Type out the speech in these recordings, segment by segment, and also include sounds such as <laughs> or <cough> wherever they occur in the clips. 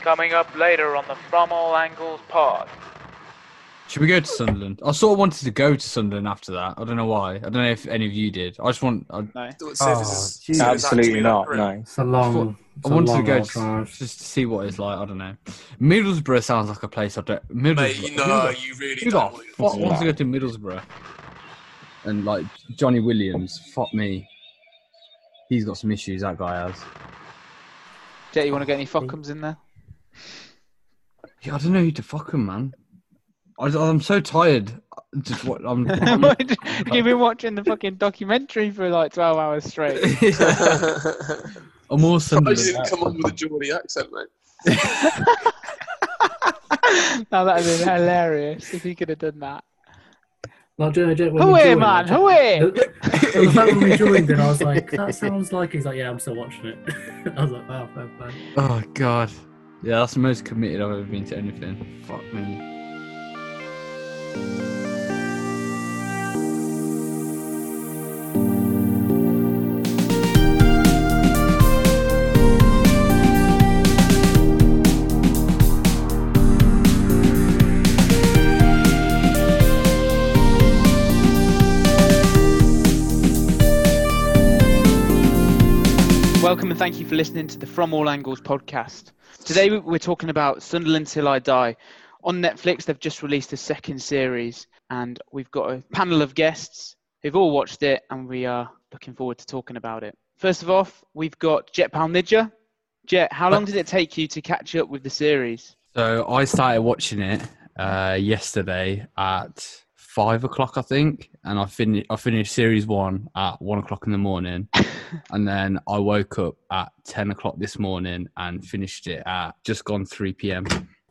Coming up later on the From All Angles pod. Should we go to Sunderland? I sort of wanted to go to Sunderland after that. I don't know why. I don't know if any of you did. I just want. I, No. Oh, Services- geez. service Absolutely actually not. like- No. It's a long. I It's a wanted to long go old to, drive. just to see what it's like. I don't know. Middlesbrough sounds like a place I don't. Middlesbrough. Mate, you know, you really Dude, don't. I want it. fuck wants to go to Middlesbrough. And like Johnny Williams, fuck me. He's got some issues. That guy has. Jet, you want to get any Fockhams in <laughs> there? Yeah, I don't know who to fuck him, man. I, am so tired. Just what <laughs> I'm. I'm <laughs> You've been watching the fucking documentary for like 12 hours straight. I'm all I Sunderland. didn't come on with a Geordie accent, mate. now that would have been hilarious if you could have done that. Like, do you know, do you know, when we Hooey, joined, man, like, hooey! the- <laughs> the fact when we joined, and I was like, "That sounds like." He's like, "Yeah, I'm still watching it." <laughs> I was like, "Wow, fair play." Oh god. Yeah, that's the most committed I've ever been to anything. Fuck me. Welcome and thank you for listening to the From All Angles podcast. Today we- we're talking about Sunderland Till I Die. On Netflix, they've just released a second series, and we've got a panel of guests who've all watched it, and we are looking forward to talking about it. First of all, we've got Jet Palnidja. Jet, how long did it take you to catch up with the series? So I started watching it uh, yesterday at five o'clock, I think, and I finished. I finished series one at one o'clock in the morning, and then I woke up at ten o'clock this morning and finished it at just gone three p.m.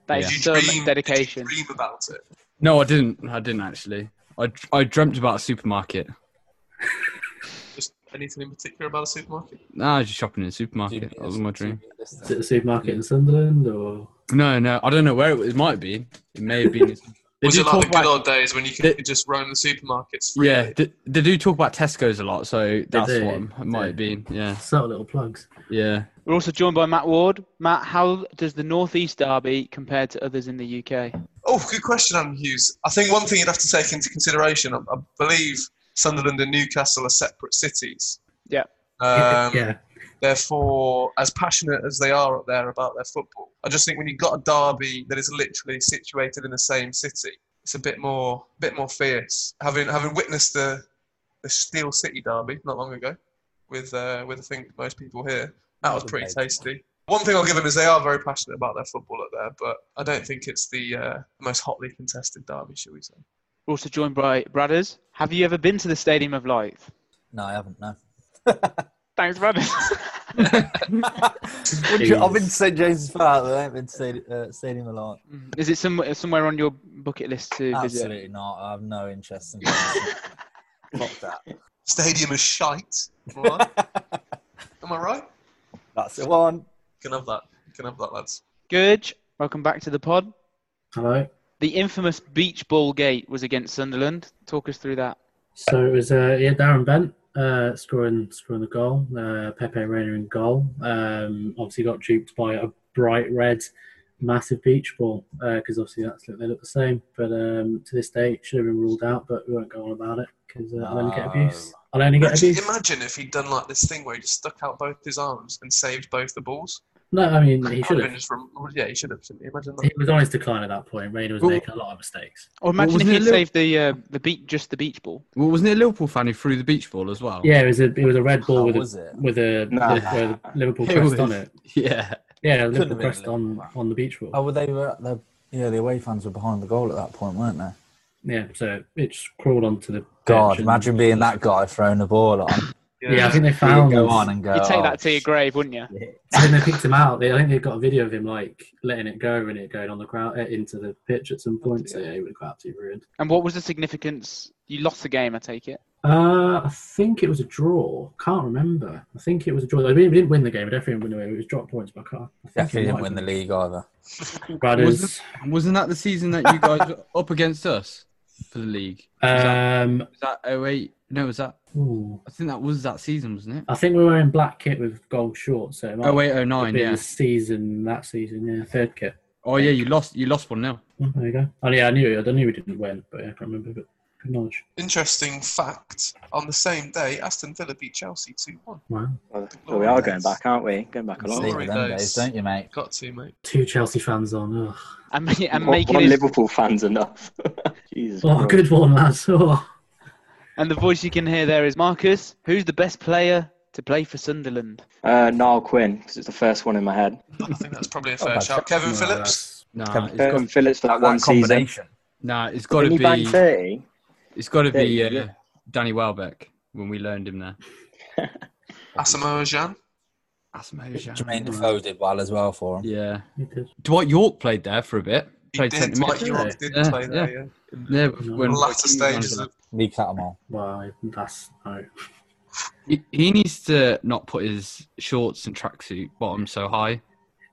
That is Yeah. Did you so dream- much dedication. Did you dream about it? No, I didn't. I didn't actually. I I dreamt about a supermarket. Just anything in particular about a supermarket? Nah, I was just shopping in a supermarket. That was my dream. Is it the supermarket in Sunderland or? No, no, I don't know where it was. It might be. It may have been. They was do it talk like the about- good old days when you could They- just roam the supermarkets? freely? Yeah, they, they do talk about Tesco's a lot, so that's do, what it might have been. Yeah, Subtle little plugs. yeah. We're also joined by Matt Ward. Matt, how does the North East Derby compare to others in the UK? Oh, good question, Adam Hughes. I think one thing you'd have to take into consideration, I, I believe Sunderland and Newcastle are separate cities. Yeah. Um, yeah, Therefore, as passionate as they are up there about their football, I just think when you've got a derby that is literally situated in the same city, it's a bit more, bit more fierce. Having having witnessed the the Steel City derby not long ago, with uh, with I think most people here, that was pretty tasty. One thing I'll give them is they are very passionate about their football up there, but I don't think it's the uh, most hotly contested derby, shall we say? We're also joined by Bradders. Have you ever been to the Stadium of Light? No, I haven't. No. Thanks, Bradders. I've been to St James's Park, but I haven't been to Stadium, uh, stadium a lot. <laughs> Is it some, uh, somewhere on your bucket list to visit? Absolutely not. I have no interest in. Fuck that. Stadium is shite. Am I right? <laughs> Am I right? That's the one. Can have that. Can have that, lads. Gurge, welcome back to the pod. hello. The infamous beach ball gate was against Sunderland. Talk us through that. So it was uh, yeah, Darren Bent uh, scoring scoring the goal. Uh, Pepe Reina in goal. Um, obviously got duped by a bright red, massive beach ball because obviously that's look, they look the same. But um, to this day, it should have been ruled out. But we won't go on about it because uh, I'll only get No. abuse. I'll only get Actually, abuse. imagine if he'd done like this thing where he just stuck out both his arms and saved both the balls. No, I mean he That should would've been have. just From, yeah, he should have. Shouldn't he? Imagine He that. was on his decline at that point. Reina was Well- making a lot of mistakes. Or imagine if wasn't you it a little- saved the uh, the beat just the beach ball. Well, wasn't it a Liverpool fan who threw the beach ball as well? Yeah, it was a it was a red ball Oh. How with was a, it? with a Nah. with a <laughs> Liverpool It crest was- on it. yeah. Yeah, Couldn't have Liverpool been a crest on Liverpool. on the beach ball. Oh, well, they were. The, yeah, the away fans were behind the goal at that point, weren't they? Yeah, so it just crawled onto the God, bench and- imagine being that guy throwing the ball on. Yeah, I think they You found. go on and go. You'd take "Oh, that to your grave, wouldn't you? shit." I think they picked him out. They, I think they've got a video of him like letting it go and it going on the ground uh, into the pitch at some point. So yeah, he would have got absolutely ruined. And what was the significance? You lost the game, I take it. Uh, I think it was a draw. Can't remember. I think it was a draw. I mean, we didn't win the game. We definitely didn't win the game. It was drop points by car. Definitely didn't win the league either. Brothers. Wasn't that the season that you guys were up against us? for the league? Um, Was that 08? No, was that? ooh. I think that was that season, wasn't it? I think we were in black kit with gold shorts. So it might 08, have 09, been Oh, yeah. the season that season. Yeah, third kit. Oh yeah, you lost. You lost one 0 Oh, there you go. Oh yeah, I knew. I knew we didn't win, but yeah, I can't remember. But good knowledge. Interesting fact on the same day, Aston Villa beat Chelsea 2 1. Wow. Well, well, we are going back, aren't we? Going back a long Glory way. Sleep with them days. days, don't you, mate? Got to, mate. Two Chelsea fans on. Ugh. And, ma- and One- making one his, Liverpool fans enough. <laughs> Jesus. Oh, Christ. good one, lads. Oh. and the voice you can hear there is Marcus. Who's the best player to play for Sunderland? Uh, Niall Quinn, because it's the first one in my head. I think that's probably a Not a fair bad shout. shout. Kevin No, Phillips. that's- Nah, it's Kevin got, Phillips for that, one season. combination. nah, it's got to Didn't he bang be. 30? It's got to There be you uh, go. Danny Welbeck when we learned him there. Asamoah Jean. Asmoja. Jermaine Defoe did well as well for him. Yeah, He did. Dwight York played there for a bit. He Played did. centre Mike mid. York did Yeah, play there, yeah. Yeah, No. The when latter stages of Lee Catamore. Wow, that's no. he, he needs to not put his shorts and tracksuit bottom so high.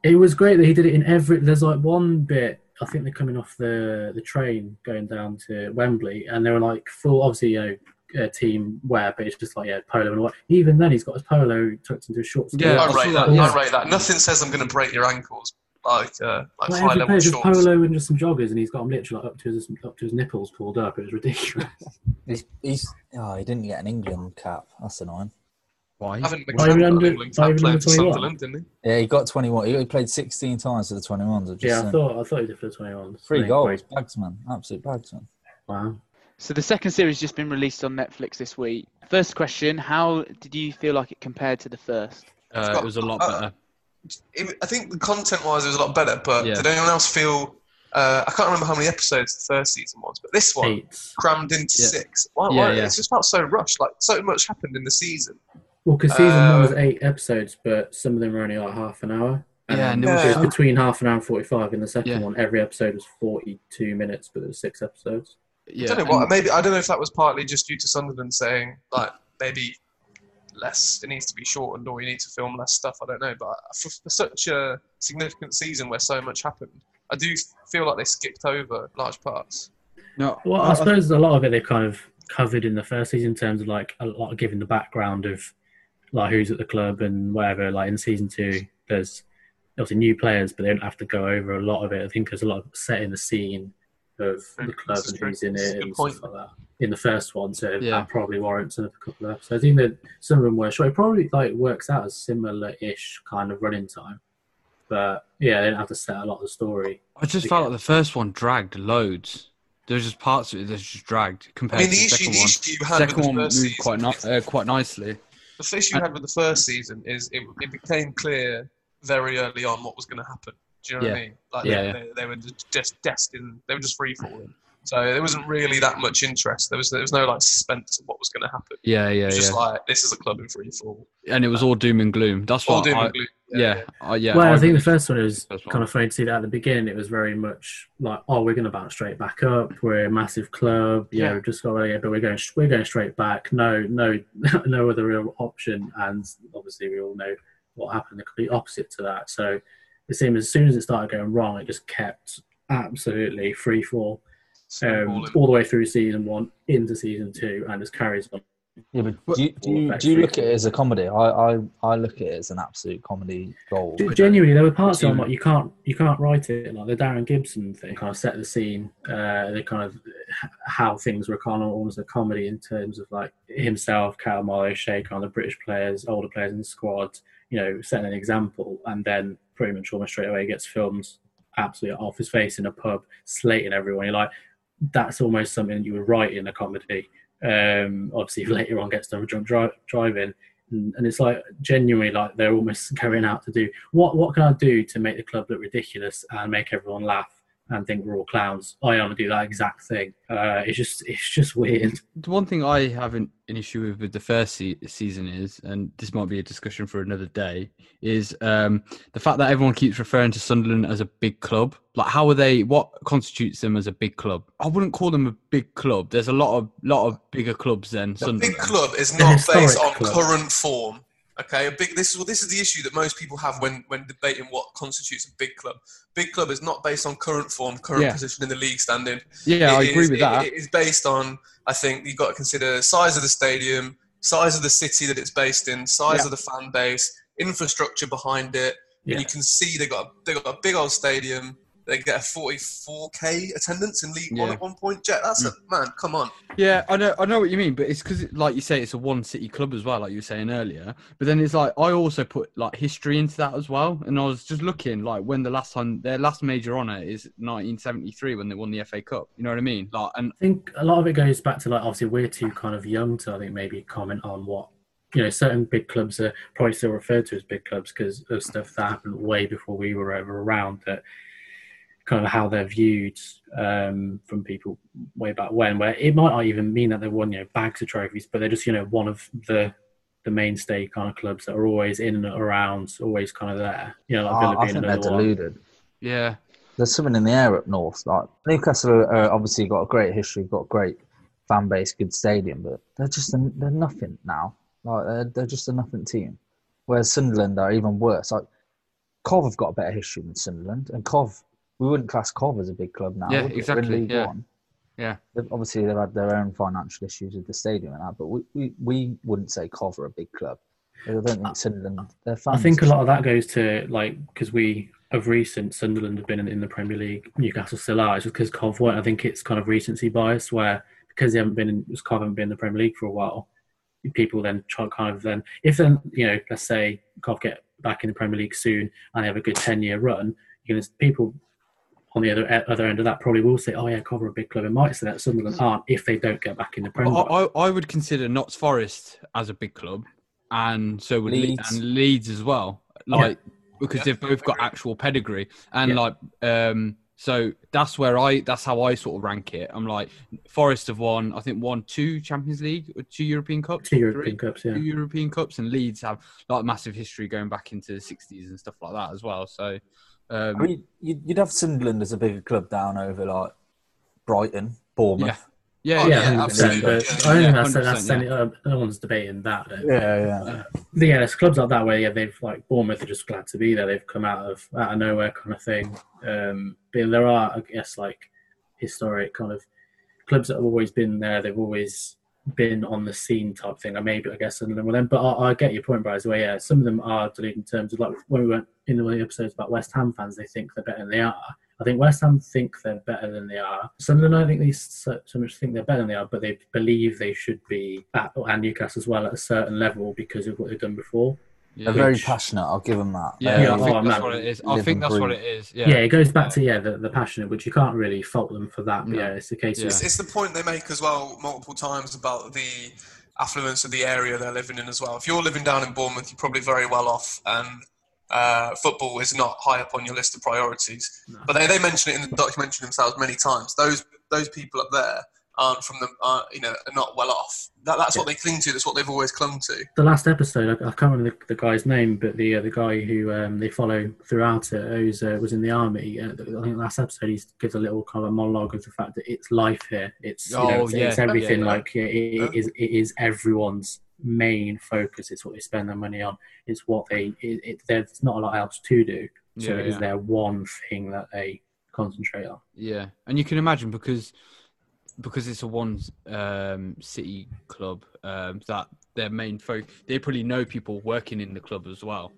It was great that he did it in every. There's like one bit. I think they're coming off the the train going down to Wembley, and they were like full, obviously, you know, uh, team wear, but it's just like yeah, polo and what. Even then, he's got his polo tucked into his shorts. Yeah, I I saw rate that, that. yeah. I rate that. Nothing says I'm going to break your ankles like uh, like Like high every level player's just shorts. polo and just some joggers, and he's got them literally like, up to his up to his nipples pulled up. It was ridiculous. He's, he's oh he didn't get an England cap. That's annoying. Why? Haven't Not even under- McCann not even playing under for 21. Sunderland, didn't he? Yeah, he got 21. He played 16 times for the 21s. Which yeah, is, I uh, thought I thought he did for the twenty ones. three goals. Bagsman, absolute bagsman. Wow. So the second series just been released on Netflix this week. First question: How did you feel like it compared to the first? Uh, it was a lot Uh, better. It- I think content wise it was a lot better, but Yeah. did anyone else feel? Uh, I can't remember how many episodes the first season was, but this one Eight. crammed into Yeah. six. Why, Yeah, why, yeah. It just felt so rushed. Like so much happened in the season. Well, because season Uh, one was eight episodes, but some of them were only like half an hour. Yeah, Um, and there was it was some- between half an hour and forty-five. In the second Yeah. one, every episode was forty-two minutes, but there were six episodes. Yeah, I don't know what. Maybe I don't know if that was partly just due to Sunderland saying like maybe less. It needs to be shortened, or you need to film less stuff. I don't know, but for, for such a significant season where so much happened, I do feel like they skipped over large parts. No, Well, I- I I- suppose a lot of it they kind of covered in the first season in terms of like a lot of giving the background of like who's at the club and whatever. Like in season two, there's obviously new players, but they don't have to go over a lot of it. I think there's a lot of setting the scene of the Mm, club this is and true. who's in This is a it good and point. stuff like that. In the first one, so Yeah. that probably warrants another couple of episodes. I think that some of them were short. It probably like works out as similar-ish kind of running time, but yeah, they do not have to set a lot of the story. I just felt like the first one dragged loads. There's just parts of it that's just dragged I compared mean, the to the issue second the one. issue you had Second with the one moved first season quite is- ni- uh, quite nicely. The issue you had with the first season is it, it became clear very early on what was going to happen. Do you know what I mean? Like Yeah, they, yeah. They, they were just- just destined. They were just free falling. So there wasn't really that much interest. There was there was no like suspense of what was going to happen. Yeah, yeah, It was yeah. just like this is a club in free fall. and it was all doom and gloom. That's All what doom I, and gloom. yeah, I, yeah. well, I I, think the really- first one was First one. kind of funny to see that at the beginning. It was very much like, oh, we're going to bounce straight back up. We're a massive club. You Yeah. know, just got relegated, but we're going, we're going straight back. No, no, <laughs> no other real option. And obviously, we all know what happened. The complete opposite to that. So it seemed as soon as it started going wrong, it just kept absolutely free fall um, Snowballing. all the way through season one into season two, and just carries on. Yeah, but do you, do you, do you look at it as a comedy? I, I, I look at it as an absolute comedy gold. G- Genuinely, there were parts of it I'm like you can't you can't write it like the Darren Gibson thing kind of set the scene, uh, the kind of h- how things were kind of almost a comedy in terms of like himself, Cal Marlowe, Shea, kind of the British players, older players in the squad, you know, setting an example, and then pretty much almost straight away he gets filmed absolutely off his face in a pub, slating everyone. You're like, that's almost something you would write in a comedy. Um, obviously, later on gets done with drunk dri- driving, and and it's like genuinely like they're almost <laughs> going out to do what what can I do to make the club look ridiculous and make everyone laugh and think we're all clowns. I want to do that exact thing. Uh, it's just it's just weird. the one thing I haven't an issue with with the first se- season is, and this might be a discussion for another day, is um, the fact that everyone keeps referring to Sunderland as a big club. Like, how are they? What constitutes them as a big club? I wouldn't call them a big club. There's a lot of lot of bigger clubs than The Sunderland. big club is The not historic based on club. current form. Okay, a big. This is well, this is the issue that most people have when when debating what constitutes a big club. Big club is not based on current form, current Yeah. position in the league standing. Yeah, I It agree is- with it- that. It is based on. I think you've got to consider size of the stadium, size of the city that it's based in, size Yeah. of the fan base, infrastructure behind it, Yeah. and you can see they got a, they got a big old stadium. They get a 44k attendance in League One Yeah. Mm. at one point. Jack, that's a man. Come on. Yeah, I know, I know what you mean, but it's because, like you say, it's a one city club as well, like you were saying earlier. But then it's like I also put like history into that as well, and I was just looking like when the last time their last major honour is 1973 when they won the FA Cup. You know what I mean? Like, and I think a lot of it goes back to like obviously we're too kind of young to I think maybe comment on what you know certain big clubs are probably still referred to as big clubs because of stuff that happened way before we were ever around that kind of how they're viewed um, from people way back when where it might not even mean that they won you know bags of trophies but they're just you know one of the the mainstay kind of clubs that are always in and around always kind of there you know like Villa I, I being think they're another one. deluded. yeah, There's something in the air up north. Like Newcastle are, are obviously got a great history, got a great fan base, good stadium, but they're just a, they're nothing now. Like they're, they're just a nothing team. Whereas Sunderland are even worse. Like Cov have got a better history than Sunderland, and Cov we wouldn't class Cov as a big club now. Yeah, would we? We're in exactly, League yeah. One. Yeah. They've, obviously, they've had their own financial issues with the stadium and that, but we, we, we wouldn't say Cov are a big club. I don't think Sunderland. Their fans. I Mm. think a lot of that goes to like because we of recent Sunderland have been in, in the Premier League, Newcastle still are. It's just because Cov weren't. I think it's kind of recency bias where because they haven't been in, because Cov haven't been in the Premier League for a while, people then try kind of then if then you know let's say Cov get back in the Premier League soon and they have a good ten year run, you know people on the other other end of that probably will say, oh yeah, Cov are a big club. It might say that Sunderland aren't if they don't get back in the I, Premier. League. I, I would consider Notts Forest as a big club, and so would Leeds, Leeds. and Leeds as well, like because Yeah, they've both got agree. actual pedigree, and Yeah. like um, so that's where I that's how I sort of rank it. I'm like Forest have won, I think won two Champions League, or two European Cups, Two three? European Cups, yeah. two European Cups, and Leeds have like massive history going back into the 60s and stuff like that as well. So, um, I mean, you'd, you'd have Sunderland as a bigger club down over like Brighton, Bournemouth. yeah, Oh, yeah, Yeah, yeah, hundred absolutely. percent. But Yeah, I yeah, don't think that's, 100%, that's any, uh, no one's debating that. I don't think. Yeah, yeah. But yeah, there's clubs like that where yeah, they've like Bournemouth are just glad to be there. They've come out of out of nowhere kind of thing. Um, but there are, I guess, like historic kind of clubs that have always been there. They've always been on the scene type thing. I maybe I guess some of them were them, but I, I get your point, Bryce. Where yeah, some of them are deluded in terms of like when we went in the episodes about West Ham fans, they think they're better than they are. I think West Ham think they're better than they are. Some of them, I think they so, so much think they're better than they are, but they believe they should be at and Newcastle as well at a certain level because of what they've done before. yeah. They're very passionate. I'll give them that. Yeah, Yeah, I They- think oh, that's man. what it is. I Live think and that's what breathe. it is. Yeah, Yeah, it goes back to yeah the, the passionate, which you can't really fault them for that. But No. yeah, it's a case Yeah. of It's, it's the point they make as well multiple times about the affluence of the area they're living in as well. If you're living down in Bournemouth, you're probably very well off, and uh, football is not high up on your list of priorities. No. But they, they mention it in the documentary themselves many times. Those those people up there aren't from the are you know are not well off. That, that's what they cling to. That's what they've always clung to. the last episode, I, I can't remember the, the guy's name, but the uh, the guy who um, they follow throughout it, who's uh, was in the army. Uh, I think last episode he gives a little kind of monologue of the fact that it's life here. It's you know, Oh, it's, yeah, it's everything. yeah, yeah. Like yeah, it, it is it is everyone's main focus. It's what they spend their money on. It's what they. It, it, there's not a lot else to do. So Yeah, it is yeah. their one thing that they concentrate on. yeah. And you can imagine because because it's a one um, city club um, that their main folk they probably know people working in the club as well.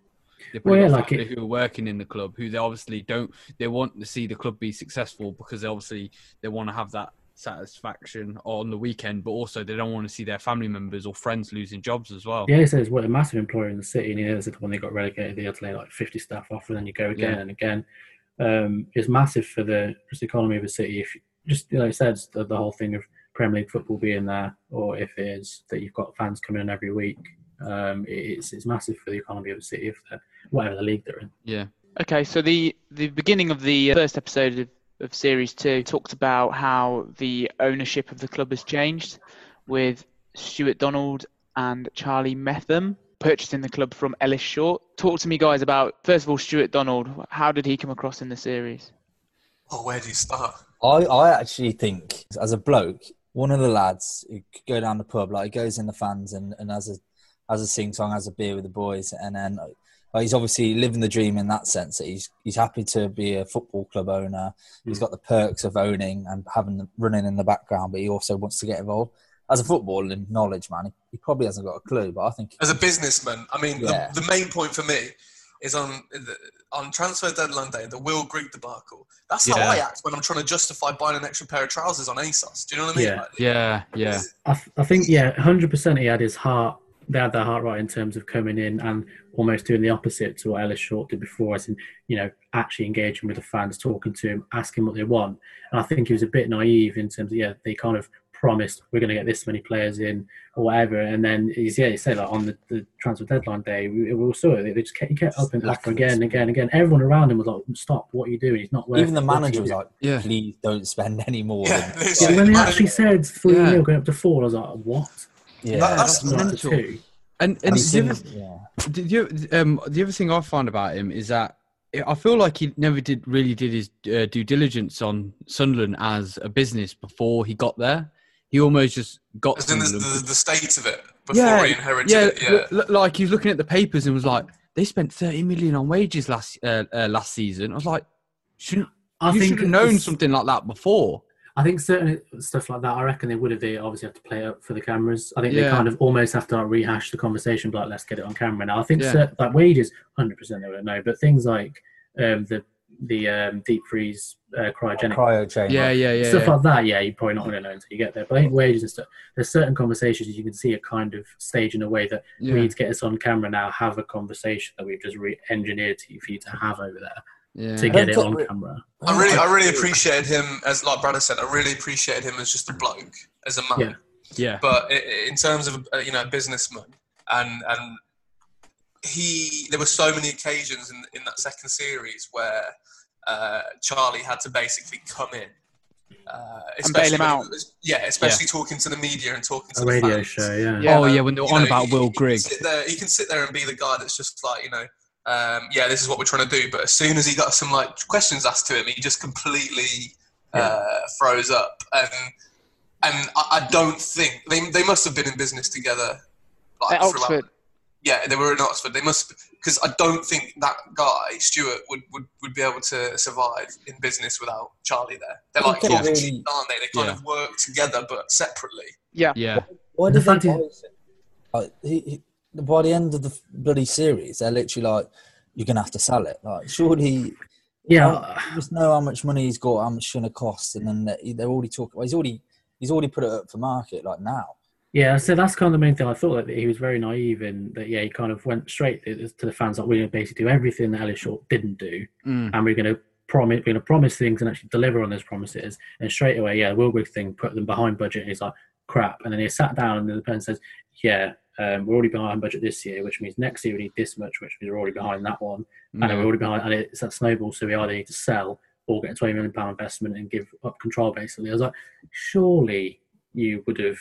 They probably Well, yeah, got like family it- who are working in the club who they obviously don't they want to see the club be successful because they obviously they want to have that satisfaction on the weekend but also they don't want to see their family members or friends losing jobs as well Yeah, so it's what a massive employer in the city, and you know, when they got relegated, they had to lay like 50 staff off, and then you go again Yeah. and again. Um, it's massive for the just the economy of the city. If you- just like I said, the, the whole thing of Premier League football being there, or if it is that you've got fans coming in every week, um, it- it's it's massive for the economy of the city if they're whatever the league they're in. yeah Okay, so the the beginning of the uh, first episode of, of series two talked about how the ownership of the club has changed, with Stuart Donald and Charlie Metham purchasing the club from Ellis Short. Talk to me, guys, about first of all Stuart Donald. How did he come across in the series? Oh, where do you start? I, I actually think, as a bloke, one of the lads who could go down the pub, like he goes in the fans and, and has a has a sing song, has a beer with the boys, and then like, like, he's obviously living the dream in that sense that he's he's happy to be a football club owner. He's got the perks of owning and having the running in the background, but he also wants to get involved. As a footballer in knowledge, man, he, he probably hasn't got a clue, but I think As a businessman, I mean, Yeah. the, the main point for me is on the, on transfer deadline day, the Will Grigg debacle. That's how Yeah. I act when I'm trying to justify buying an extra pair of trousers on ASOS. Do you know what I mean? Yeah. Like, Yeah, yeah. I, th- I think yeah, hundred percent. He had his heart. They had their heart right in terms of coming in and almost doing the opposite to what Ellis Short did before, as in you know actually engaging with the fans, talking to them, asking what they want. And I think he was a bit naive in terms of yeah, they kind of promised we're going to get this many players in or whatever, and then he's yeah, he said like on the, the transfer deadline day, we, we all saw it. They just kept, he kept up and Lack up of again, and again, and again. Everyone around him was like, "Stop! What are you doing? He's not worth." even the it. What are you manager was doing?" like, Yeah. please don't spend any more. Yeah, than- literally. Yeah, when they Yeah. actually said three Yeah. nil going up to four, I was like, "What?" <laughs> yeah. That- that's- Going up to mental. two. And And and he's the in- other, yeah. Did you, um, the other thing I find about him is that I feel like he never did really did his uh, due diligence on Sunderland as a business before he got there. He almost just got As in the, Sunderland. the, the state of it before he inherited yeah, it. Yeah. l- l- like he was looking at the papers and was like, "They spent thirty million on wages last uh, uh, last season." I was like, "Shouldn't I you think should have known it's- something like that before?" I think certain stuff like that. I reckon they would have. They obviously have to play up for the cameras. I think they Yeah. kind of almost have to like, rehash the conversation, but like, let's get it on camera now. I think Yeah. certain, like wages, hundred percent they would know, but things like um, the the um, deep freeze uh, cryogenic cryo chamber. Yeah, yeah, yeah. stuff yeah. like that, yeah, you're probably not going to know until you get there. But I think wages and stuff. There's certain conversations you can see a kind of stage in a way that we yeah. need to get this on camera now. Have a conversation that we've just re-engineered to, for you to have over there yeah. to get Don't it talk on with- camera. I really, I really appreciated him as, like Brad has said, I really appreciated him as just a bloke, as a man. Yeah. yeah. But i- i- in terms of uh, you know a businessman, and and he, there were so many occasions in in that second series where uh, Charlie had to basically come in. Uh, bail especially him when- out. Yeah, especially talking to the media and talking to A the radio fans. show, yeah. Yeah, oh like, yeah, when they were you on know, about he- Will he can Grigg. sit there- He can sit there and be the guy that's just like, you know, um, yeah, this is what we're trying to do. But as soon as he got some like questions asked to him, he just completely uh, froze up. And and I, I don't think they they must have been in business together. Like, At throughout- Oxford. Yeah, they were in Oxford. They must because I don't think that guy Stuart would, would, would be able to survive in business without Charlie there. They're He like didn't Northern really- Sheep, aren't they? They kind of work together but separately. Yeah, Why The did they fact is- buy it? like, Uh, he, he, by the end of the bloody series, they're literally like, "You're gonna have to sell it." Like, surely, Yeah, you just know how much money he's got, how much it's gonna cost, and then they- they're already talking. Well, he's already, he's already put it up for market, like now. Yeah, so that's kind of the main thing. I thought that he was very naive in that. Yeah, he kind of went straight to the fans like we're going to basically do everything that Ellis Short didn't do, <laughs> Mm. and we're going to promise we're going to promise things and actually deliver on those promises. And straight away, yeah, Wilbrick thing put them behind budget, and he's like crap. And then he sat down, and the pen says, "Yeah, um, we're already behind budget this year, which means next year we need this much, which means we're already behind that one, and then we're already behind, and "Oh, it's that snowball. So we either need to sell or get a twenty million pound investment and give up control. Basically, I was like, surely you would have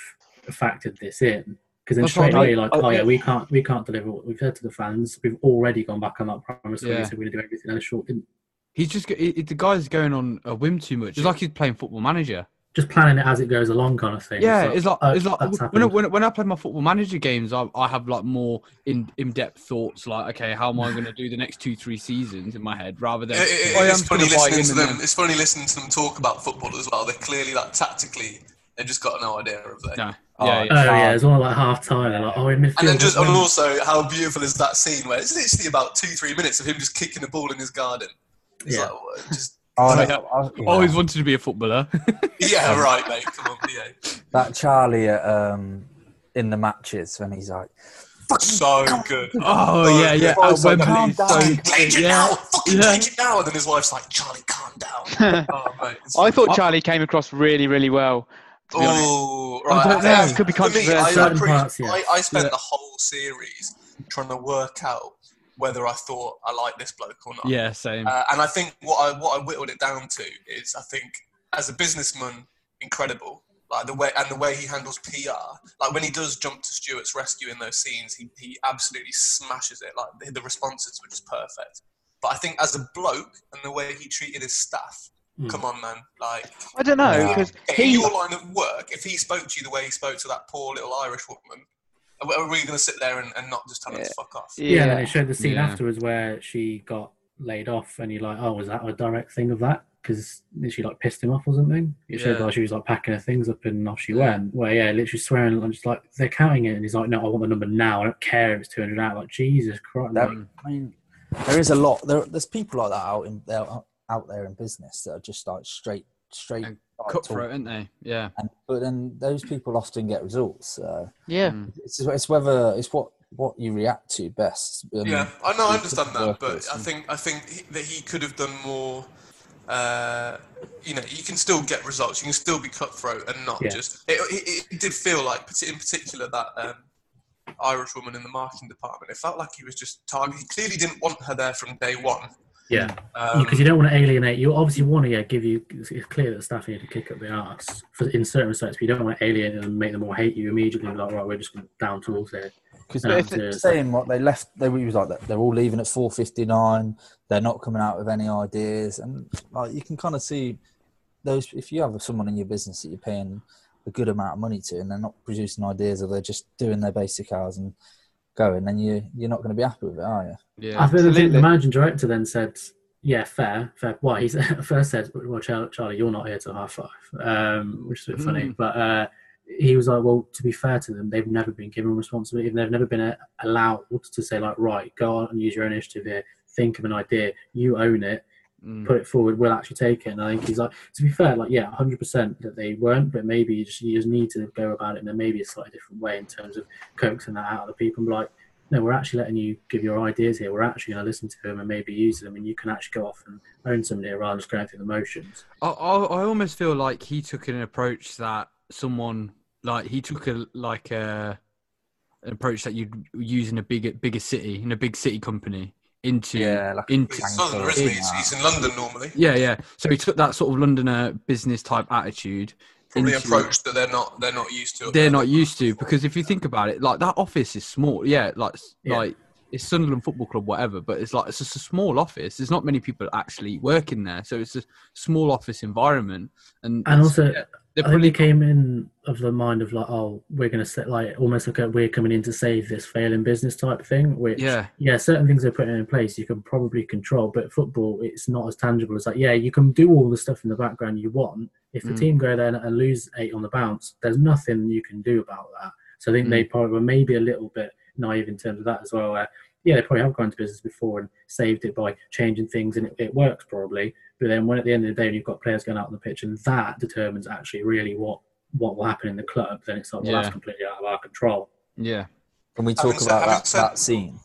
factored this in because then That's straight what I- away, like, I- oh yeah, we can't, we can't deliver what we've said to the fans. We've already gone back on that promise. Yeah. Yeah. We said we're gonna do everything, and short didn't. He's just go- he, he- the guy's going on a whim too much. It's like he's playing football manager. Just planning it as it goes along, kind of thing. Yeah, it's like oh, it's like that's when I, happened. when, I- when I play my football manager games, I, I have like more in in depth thoughts like, okay, how am I going to do the next two three seasons in my head rather than It- it- "Oh, yeah, it's I'm funny gonna buy listening him to and them. then-" It's funny listening to them talk about football as well. They're clearly like tactically, they've just got no idea of that. No, Oh, yeah, oh yeah. yeah, it's one like half time. They're like, oh, in midfield. And then just we're and winning. also how beautiful is that scene where it's literally about two three minutes of him just kicking the ball in his garden. It's Yeah. like what, just Oh, Yeah. no, I- yeah. Always wanted to be a footballer. <laughs> Oh, yeah, right, mate. Come on, yeah. that Charlie at, um, in the matches when he's like, So good. oh yeah, yeah. Oh, At so Wembley, calm so down. Change it yeah. now, fucking Yeah. change it now. And then his wife's like, Charlie, calm down. <laughs> Oh, mate. it's- I thought Charlie came across really, really well. to be honest. Oh, right. don't I- know. I- Could be for me, controversial. I- I, Certain pretty- parts, yeah. I, I spent Yeah. the whole series trying to work out whether I thought I liked this bloke or not. Yeah, same. Uh, and I think what I what I whittled it down to is I think as a businessman, incredible. Like the way and the way he handles PR. Like when he does jump to Stuart's rescue in those scenes, he, he absolutely smashes it. Like the, the responses were just perfect. But I think as a bloke and the way he treated his staff, Hmm. Mm. come on man, like I don't know because in he your line of work, if he spoke to you the way he spoke to that poor little Irish woman, Are are we going to sit there and, and not just tell them to fuck off? Yeah, and then it showed the scene Yeah. afterwards where she got laid off, and you're like, oh, was that a direct thing of that? Because she like pissed him off or something. It showed Yeah. like she was like packing her things up and off she Yeah. went. Where yeah, literally swearing and just like they're counting it, and he's like, no, I want the number now. I don't care if it's two hundred out. Like Jesus Christ, That- like, I mean, there is a lot. There, there's people like that out in there, out there in business that are just like straight, straight. And like, Cutthroat, talk. aren't they? Yeah. And, but then those people often get results. So Yeah. Mm. it's, it's whether it's what what you react to best. Um, yeah, I know, I the understand that, but workers I and- think I think he, that he could have done more. Uh, you know, you can still get results. You can still be cutthroat and not Yeah. just. It, it, it did feel like, parti- in particular, that um, Irish woman in the marketing department. It felt like he was just targeting. He clearly didn't want her there from day one. yeah. Um, because you don't want to alienate. You obviously want to yeah, give you. It's it's clear that the staff need to kick up the arse for, in certain respects, but you don't want to alienate them and make them all hate you immediately. Like, right, we're just going to down tools here. Because Um, they're so it's saying what they left, they were he was like that. They're all leaving at four fifty nine. They're not coming out with any ideas, and like you can kind of see those. If you have someone in your business that you're paying a good amount of money to, and they're not producing ideas, or they're just doing their basic hours and going, then you you're not going to be happy with it, are you? Yeah. I think the, Absolutely. the managing director then said, "Yeah, fair, fair." Well, he <laughs> said- first said, "Well, Charlie, Charlie, you're not here till half five, um, which is a bit funny. But uh, he was like, "Well, to be fair to them, they've never been given responsibility. and They've never been uh, allowed to say, like, right, go on and use your own initiative here. Think of an idea, you own it, Mm. put it forward. We'll actually take it." And I think he's like, "To be fair, like, yeah, 100 percent that they weren't, but maybe you just, you just need to go about it in a maybe a slightly different way in terms of coaxing that out of the people." And be like no, we're actually letting you give your ideas here. We're actually going to listen to them and maybe use them, and you can actually go off and own something here rather than just going through the motions. I, I I almost feel like he took an approach that someone like he took a like a an approach that you'd use in a bigger bigger city in a big city company into like into he's Southerner, isn't he? He's, he's in London normally. yeah yeah. So he took that sort of Londoner business type attitude. Probably into- approach that they're not they're not used to. up they're there. not used to because if you think about it, like that office is small. Yeah, like Yeah. like it's Sunderland Football Club, whatever. But it's like it's just a small office. There's not many people actually working there, so it's a small office environment. And And also, yeah, they're I think probably they came in of the mind of like, oh, we're going to set like almost like a, we're coming in to save this failing business type thing. Which Yeah. yeah, certain things they're putting in place you can probably control, but football it's not as tangible as like yeah, you can do all the stuff in the background you want. If the Mm. team go there and lose eight on the bounce, there's nothing you can do about that. So I think Mm. they probably were maybe a little bit naive in terms of that as well. Where yeah, they probably have gone into business before and saved it by changing things, and it, it works probably. But then when at the end of the day, when you've got players going out on the pitch, and that determines actually really what what will happen in the club, then it's like well, Yeah. that's completely out of our control. yeah. Can we Having talk said- about having that, said- that scene?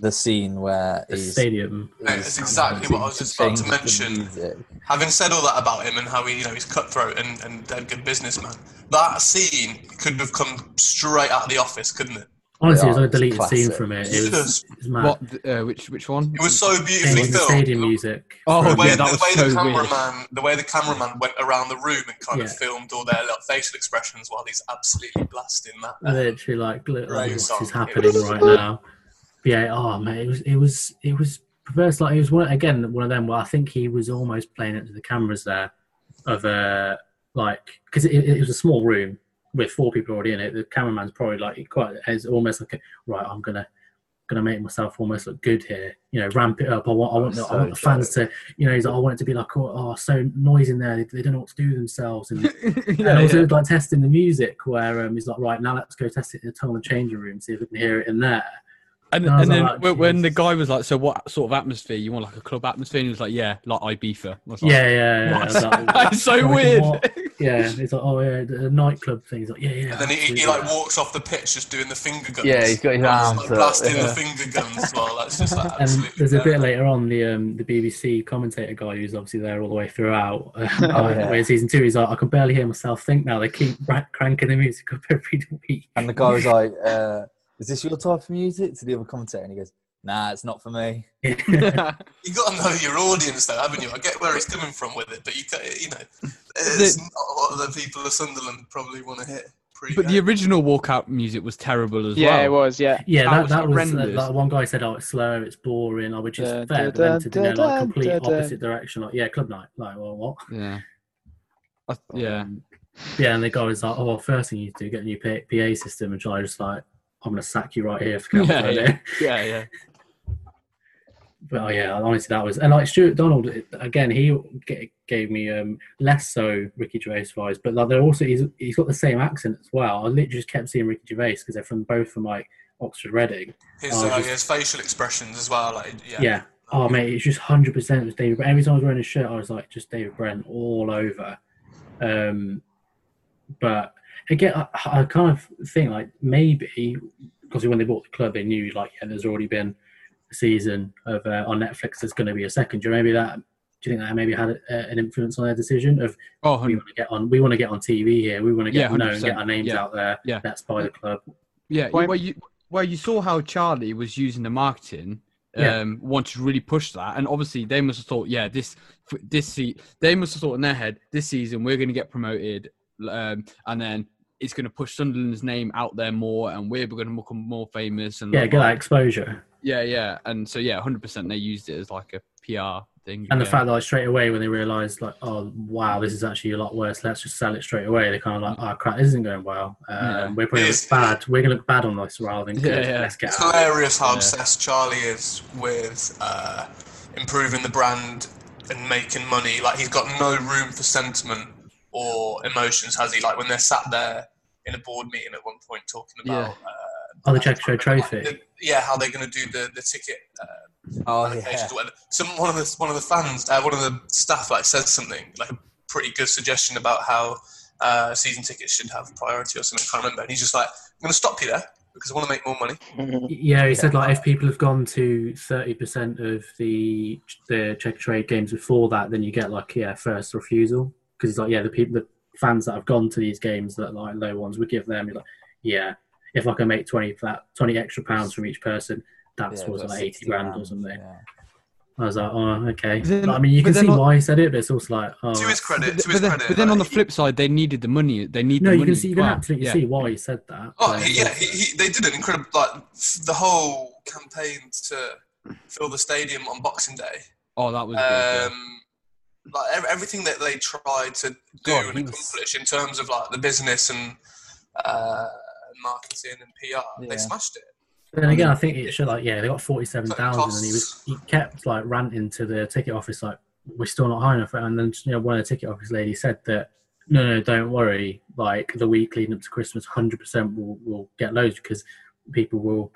The scene where The he's, stadium, Yeah, he's- it's exactly what I was just about changed to the mention. music. Having said all that about him and how he, you know, he's cutthroat and, and dead good businessman, that scene could have come straight out of the office, couldn't it? honestly, Yeah, it was like it's a deleted scene classic. from it. It was, Yes. it was mad. What? Uh, which which one? It was so beautifully Changing the filmed. stadium music. Oh, The way, yeah, that the, was way the so weird. cameraman, the way the cameraman went around the room and kind Yeah. of filmed all their little facial expressions while he's absolutely blasting that. literally like, look, Right, like what so- is happening right now? But yeah, oh man, it was it was it was perverse. Like it was one again one of them where I think he was almost playing it to the cameras there of uh like because it, it was a small room with four people already in it. The cameraman's probably like quite it's almost like a, right, I'm gonna gonna make myself almost look good here. You know, ramp it up. I want, I want, the, I want the fans to, you know, he's like, I want it to be like, oh, oh so noise in there. They, they don't know what to do with themselves. And and also like testing the music where um, he's like, right now let's go test it in the tunnel and changing room, see if we can hear it in there. And, And I was and then like, when- when the Jesus. guy was like, "So what sort of atmosphere you want? Like a club atmosphere?" And he was like, "Yeah, like Ibiza." I was like, yeah, yeah, Oh, yeah. What? I was <laughs> like, It's so "Fucking weird. what?" Yeah, it's like, oh yeah, the nightclub thing. He's like, yeah, yeah. And then he, he absolutely. like walks off the pitch just doing the finger guns. Yeah, he's got his Just, arms like up, blasting yeah. the finger guns. Well, that's just like And absolutely. there's a bit hilarious. later on the um, the BBC commentator guy who's obviously there all the way throughout. <laughs> Oh, Uh, yeah. where in season two, he's like, I can barely hear myself think now. They keep ra- cranking the music up every <laughs> week. <laughs> And the guy was like, uh, "Is this your type of music?" To the other commentator, and he goes, "Nah, it's not for me." <laughs> You got to know your audience, though, haven't you? I get where he's coming from with it, but you, ca- you know, it's not what the people of Sunderland probably want to hit. <laughs> Pre- uh, But the original walkout music was terrible as Yeah, it well. was. Yeah. Yeah, That was that, that was, horrendous. uh, that one guy said, "Oh, it's slow, it's boring," oh, which is Da, da, fair. but then to do da, their, like da, complete da, da. opposite direction, like yeah, club night, like well, what? Yeah. I, yeah. Um, Yeah, and the guy was like, "Oh, well, first thing you do, get a new P- PA system," and Charlie was like, "I'm gonna sack you <laughs> right here for Yeah, California." Yeah, yeah. <laughs> But oh, yeah, honestly, that was and like Stuart Donald again. He g- gave me um less so Ricky Gervais vibes, but like they're also he's he's got the same accent as well. I literally just kept seeing Ricky Gervais because they're from both from like Oxford Reading. His, Oh, uh, just- his facial expressions as well. Like, yeah. Yeah. Oh mate, it's just hundred percent was David. Brent. Every time I was wearing his shirt, I was like just David Brent all over. Um, but again, I, I kind of think like maybe because when they bought the club, they knew like yeah, there's already been a season of uh, on Netflix. There's going to be a second. Do you maybe that? Do you think that maybe had a, an influence on their decision of Oh, we 100 want to get on? We want to get on TV here. We want to Yeah, get known, 100%. get our names Yeah. out there. Yeah. Let's buy the club. yeah. Why- Where you where you saw how Charlie was using the marketing. Um, Yeah. wanted to really push that, and obviously they must have thought, yeah, this f- this se- they must have thought in their head, this season we're going to get promoted, um, and then it's going to push Sunderland's name out there more, and we're going to become more famous. And Yeah, like- get that exposure. yeah, yeah, and so yeah, hundred percent, they used it as like a PR thing. And the yeah. fact that like straight away when they realised like, oh wow, this is actually a lot worse. Let's just sell it straight away. They're kind of like, oh crap, this isn't going well. Um, Yeah. We're probably It gonna is- look bad. We're gonna look bad on this rather than good. Yeah, yeah. Let's get It's out. hilarious how Yeah. obsessed Charlie is with uh, improving the brand and making money. Like he's got no room for sentiment or emotions, has he? Like when they're sat there in a board meeting at one point talking about Oh, the Czech Show like, trophy. the- yeah, how they're going to do the the ticket uh, Oh allocations yeah. or whatever. Some one of the one of the fans, uh, one of the staff, like says something like a pretty good suggestion about how uh, season tickets should have priority or something. I can't remember. And he's just like, I'm going to stop you there because I want to make more money. Yeah, he said like if people have gone to thirty percent of the the Czech trade games before that, then you get like yeah first refusal because it's like yeah the people the fans that have gone to these games that like low ones we give them he's like yeah if I can make twenty that twenty extra pounds from each person that's Yeah, what's about like 60 eighty grand or grand, something. yeah. I was like, oh, okay. But then- Like, I mean, you but can then see on- why he said it, but it's also like, oh, To his credit, But, to his then, credit. but then on the like, flip side, they needed the money. They need no, the you money can as see, you can well. absolutely yeah. see why he said that. Oh but- he- yeah, he, he, they did an incredible like f- the whole campaign to fill the stadium on Boxing Day. Oh, that was good, yeah. Um, like ev- everything that they tried to do God, and he was- accomplish in terms of like the business and uh, marketing and PR, Yeah. they smashed it. But then again, I think it should like, yeah, they got forty-seven thousand, and he was Mm. Costs. he kept like ranting to the ticket office like, we're still not high enough. And then you know, one of the ticket office ladies said that, no, no, don't worry. Like the week leading up to Christmas, hundred percent will will get loads because people will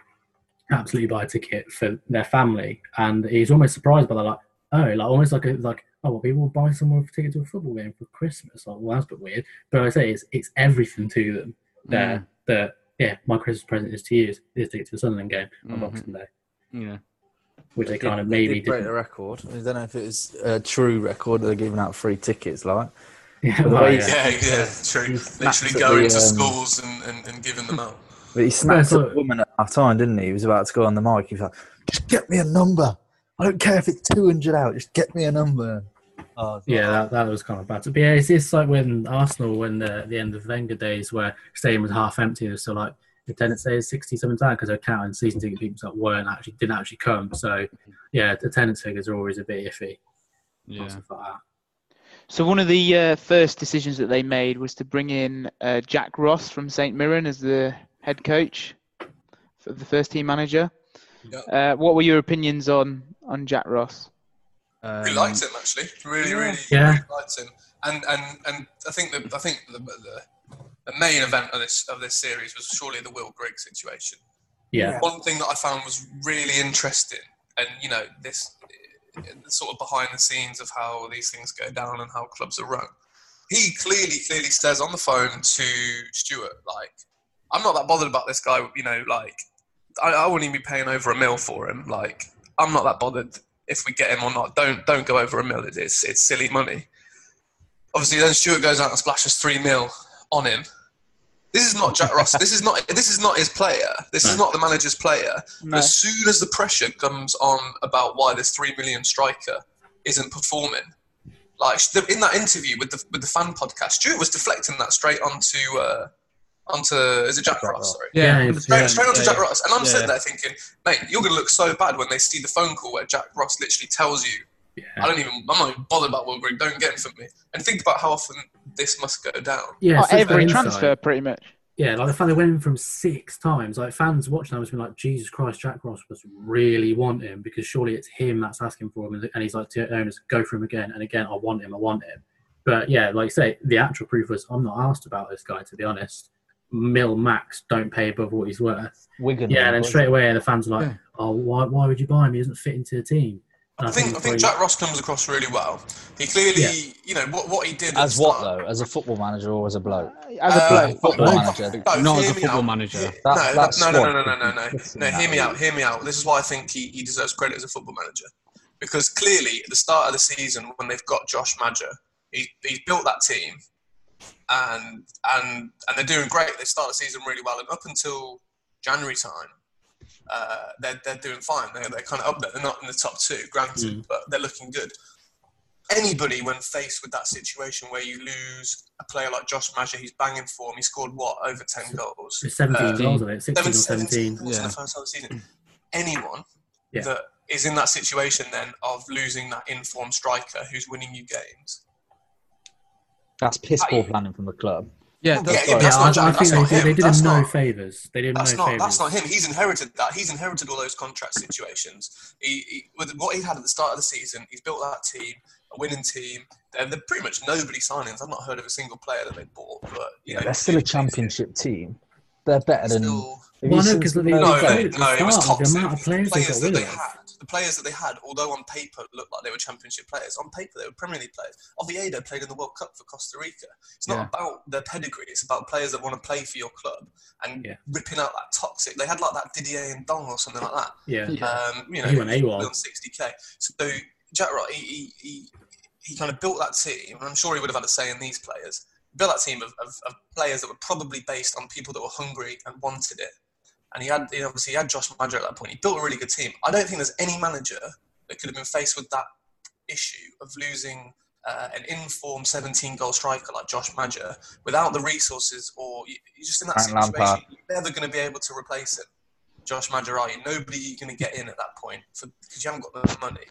absolutely buy a ticket for their family. And he's almost surprised by that, like, oh, like almost like a like. Oh, well, people will buy someone a ticket to a football game for Christmas. Like, well, that's a bit weird. But like I say it's it's everything to them there Mm. that yeah, my Christmas present is to you is is to get to the Sunderland game on Mhm. Boxing Day, Yeah. which Mm-hmm. they They kind of did- they maybe did break <laughs> didn't. the record. I don't know if it was a true record. They're giving out free tickets, like. Yeah, Well, well, he's- yeah. Yeah, yeah, true. He's Literally massively, going to um, schools and, and, and giving them out. But he snapped so- at the woman at half time, didn't he? He was about to go on the mic. He was like, "Just get me a number. I don't care if it's two hundred out. Just get me a number." Oh, Yeah, that, that was kind of bad. But yeah, it's, it's like when Arsenal, when the, the end of Wenger days, where stadium was half empty, there was still like attendance there is 67 times because they're counting season ticket people that weren't actually didn't actually come. So yeah, the attendance figures are always a bit iffy. Yeah. Stuff like that. So one of the uh, first decisions that they made was to bring in uh, Jack Ross from St Mirren as the head coach for the first team manager. Yeah. Uh, what were your opinions on on Jack Ross? Oh, Um, Really liked him actually. Really, really, Yeah. really liked him. And and and I think the I think the, the the main event of this of this series was surely the Will Griggs situation. Yeah. One thing that I found was really interesting, and you know this uh, sort of behind the scenes of how these things go down and how clubs are run. He clearly, clearly says on the phone to Stuart, like, "I'm not that bothered about this guy. You know, like, I, I wouldn't even be paying over a mil for him. Like, I'm not that bothered if we get him or not. Don't don't go over a mil. It- It's it's silly money. Obviously, then Stuart goes out and splashes three mil on him. This is not Jack Ross. This is not this is not his player. This is not the manager's player. Uh, But As soon as the pressure comes on about why this three million striker isn't performing, like the- in that interview with the with the fan podcast, Stuart was deflecting that straight onto uh, onto is it Jack, Jack Ross? Ross. Sorry. yeah. Yeah, Straight, straight onto yeah, Jack Ross, and I'm Yeah, sitting there thinking, mate, you're going to look so bad when they see the phone call where Jack Ross literally tells you Oh, I don't even. I'm not even bothered about Wilbring. Don't get him for me. And think about how often this must go down. Yeah, Oh, such every an insight. transfer, pretty much. Yeah, like the fact they went in from six times. Like fans watching that must be like, Jesus Christ, Jack Ross must really want him because surely it's him that's asking for him, and- and he's like to owners, go for him again and again. I want him, I want him. But yeah, like you say, the actual proof was I'm not asked about this guy to be honest. Mill max, don't pay above what he's worth. Wigan. Yeah, and then boys. straight away the fans are like, Yeah. oh, why, why would you buy him? He doesn't fit into the team. And I think I think probably- Jack Ross comes across really well. He clearly, you know, what what he did at As the what start- though? As a football manager or as a bloke? As a Uh, bloke. Football no, manager. no, Not as hear a me football out. manager. Yeah, That- no, that no, no, squad no, no, no, no, no. could be No, hear me that. out. Hear me out. This is why I think he, he deserves credit as a football manager, because clearly at the start of the season when they've got Josh Madger, he, he's built that team, and and and they're doing great. They start the season really well, and up until January time, uh, they're they're doing fine. They're they're kind of up there. They're not in the top two, granted, but they're looking good anybody when faced with that situation where you lose a player like Josh Maja, he's banging form, he scored what over ten goals, There's 17 Uh, goals on it, 16 or 17 17. goals in yeah. the first half of the <clears throat> season. Anyone Yeah. that is in that situation then of losing that informed striker who's winning you games. That's piss poor planning from the club. Yeah, Yeah, that's yeah, right. that's yeah, not I, Jack, I that's think not they, did- him, they did that's him no not- favours. They did him That's no not favours. that's not him. He's inherited that. He's inherited all those contract situations. He, he with what he had at the start of the season, he's built that team, a winning team. They're, they're pretty much nobody signings. I've not heard of a single player that they bought, but you Yeah, know, they're still a championship team. They're better than. still- Have Well, you no, seen 'cause some they- of No, those They got they, guys? rid of no, it was Starr, the toxic. amount of The players they players got that rid they of. had, the players that they had, although on paper looked like they were Championship players, on paper they were Premier League players. Oviedo played in the World Cup for Costa Rica. It's not Yeah. about their pedigree; it's about players that want to play for your club and Yeah. ripping out that toxic. They had like that Didier and Dong or something like that. Yeah. Um, you know, He went he was AWOL. on sixty k. So Jack Wright, he, he, he, he kind of built that team, and I'm sure he would have had a say in these players. Built that team of, of, of players that were probably based on people that were hungry and wanted it. And he had, he obviously, he had Josh Madger at that point. He built a really good team. I don't think there's any manager that could have been faced with that issue of losing uh, an informed 17 goal striker like Josh Madger without the resources or you- you're just in that Frank situation. Lampard. You're never going to be able to replace him. Josh Madurai, nobody you're going to get in at that point because you haven't got the money.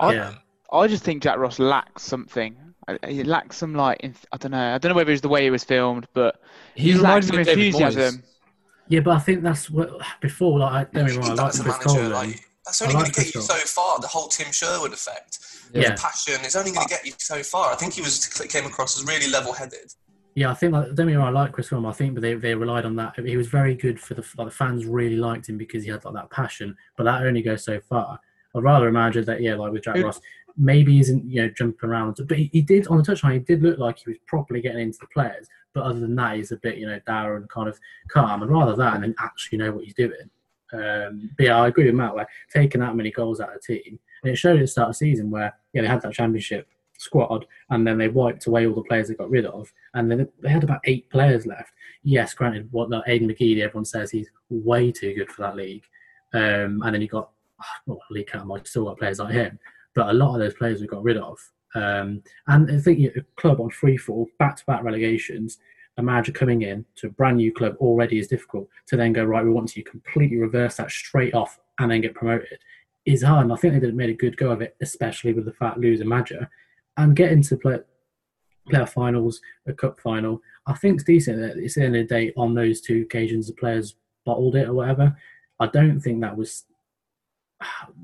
I, Yeah. I just think Jack Ross lacks something. I- He lacks some like inf- I don't know. I don't know whether it was the way it was filmed, but He he lacks reminds me some of David enthusiasm. Moyes. Yeah, but I think that's what before. Like, I don't get me You wrong, I need like that as a Chris manager. Coleman. Like, that's I only like going to get you Chris so far. The whole Tim Sherwood effect, yeah, passion, is only going to get you so far. I think he was came across as really level-headed. yeah. I think like, don't get me wrong, I like Chris Coleman. I think, but they, they relied on that. He was very good for the like the fans really liked him because he had like that passion. But that only goes so far. I'd rather imagine that yeah, like with Jack Who- Ross, maybe isn't you know jumping around, but he, he did on the touchline. He did look like he was properly getting into the players. But other than that, he's a bit you know dour and kind of calm. And rather that, and then actually know what he's doing. Um, but yeah, I agree with Matt. Where taking that many goals out of the team, and it showed at the start of the season where yeah they had that championship squad, and then they wiped away all the players they got rid of, and then they had about eight players left. Yes, granted, what the Aiden McGeady, everyone says he's way too good for that league, um, and then you got not league count, I still got players like him, but a lot of those players we got rid of. Um, and I think a club on free fall, back to back relegations, a manager coming in to a brand new club already is difficult to then go right. We want to completely reverse that straight off and then get promoted is hard. And I think they did made a good go of it, especially with the fact losing Madger and getting to play player finals, a cup final. I think it's decent. that It's the end of the day on those two occasions the players bottled it or whatever. I don't think that was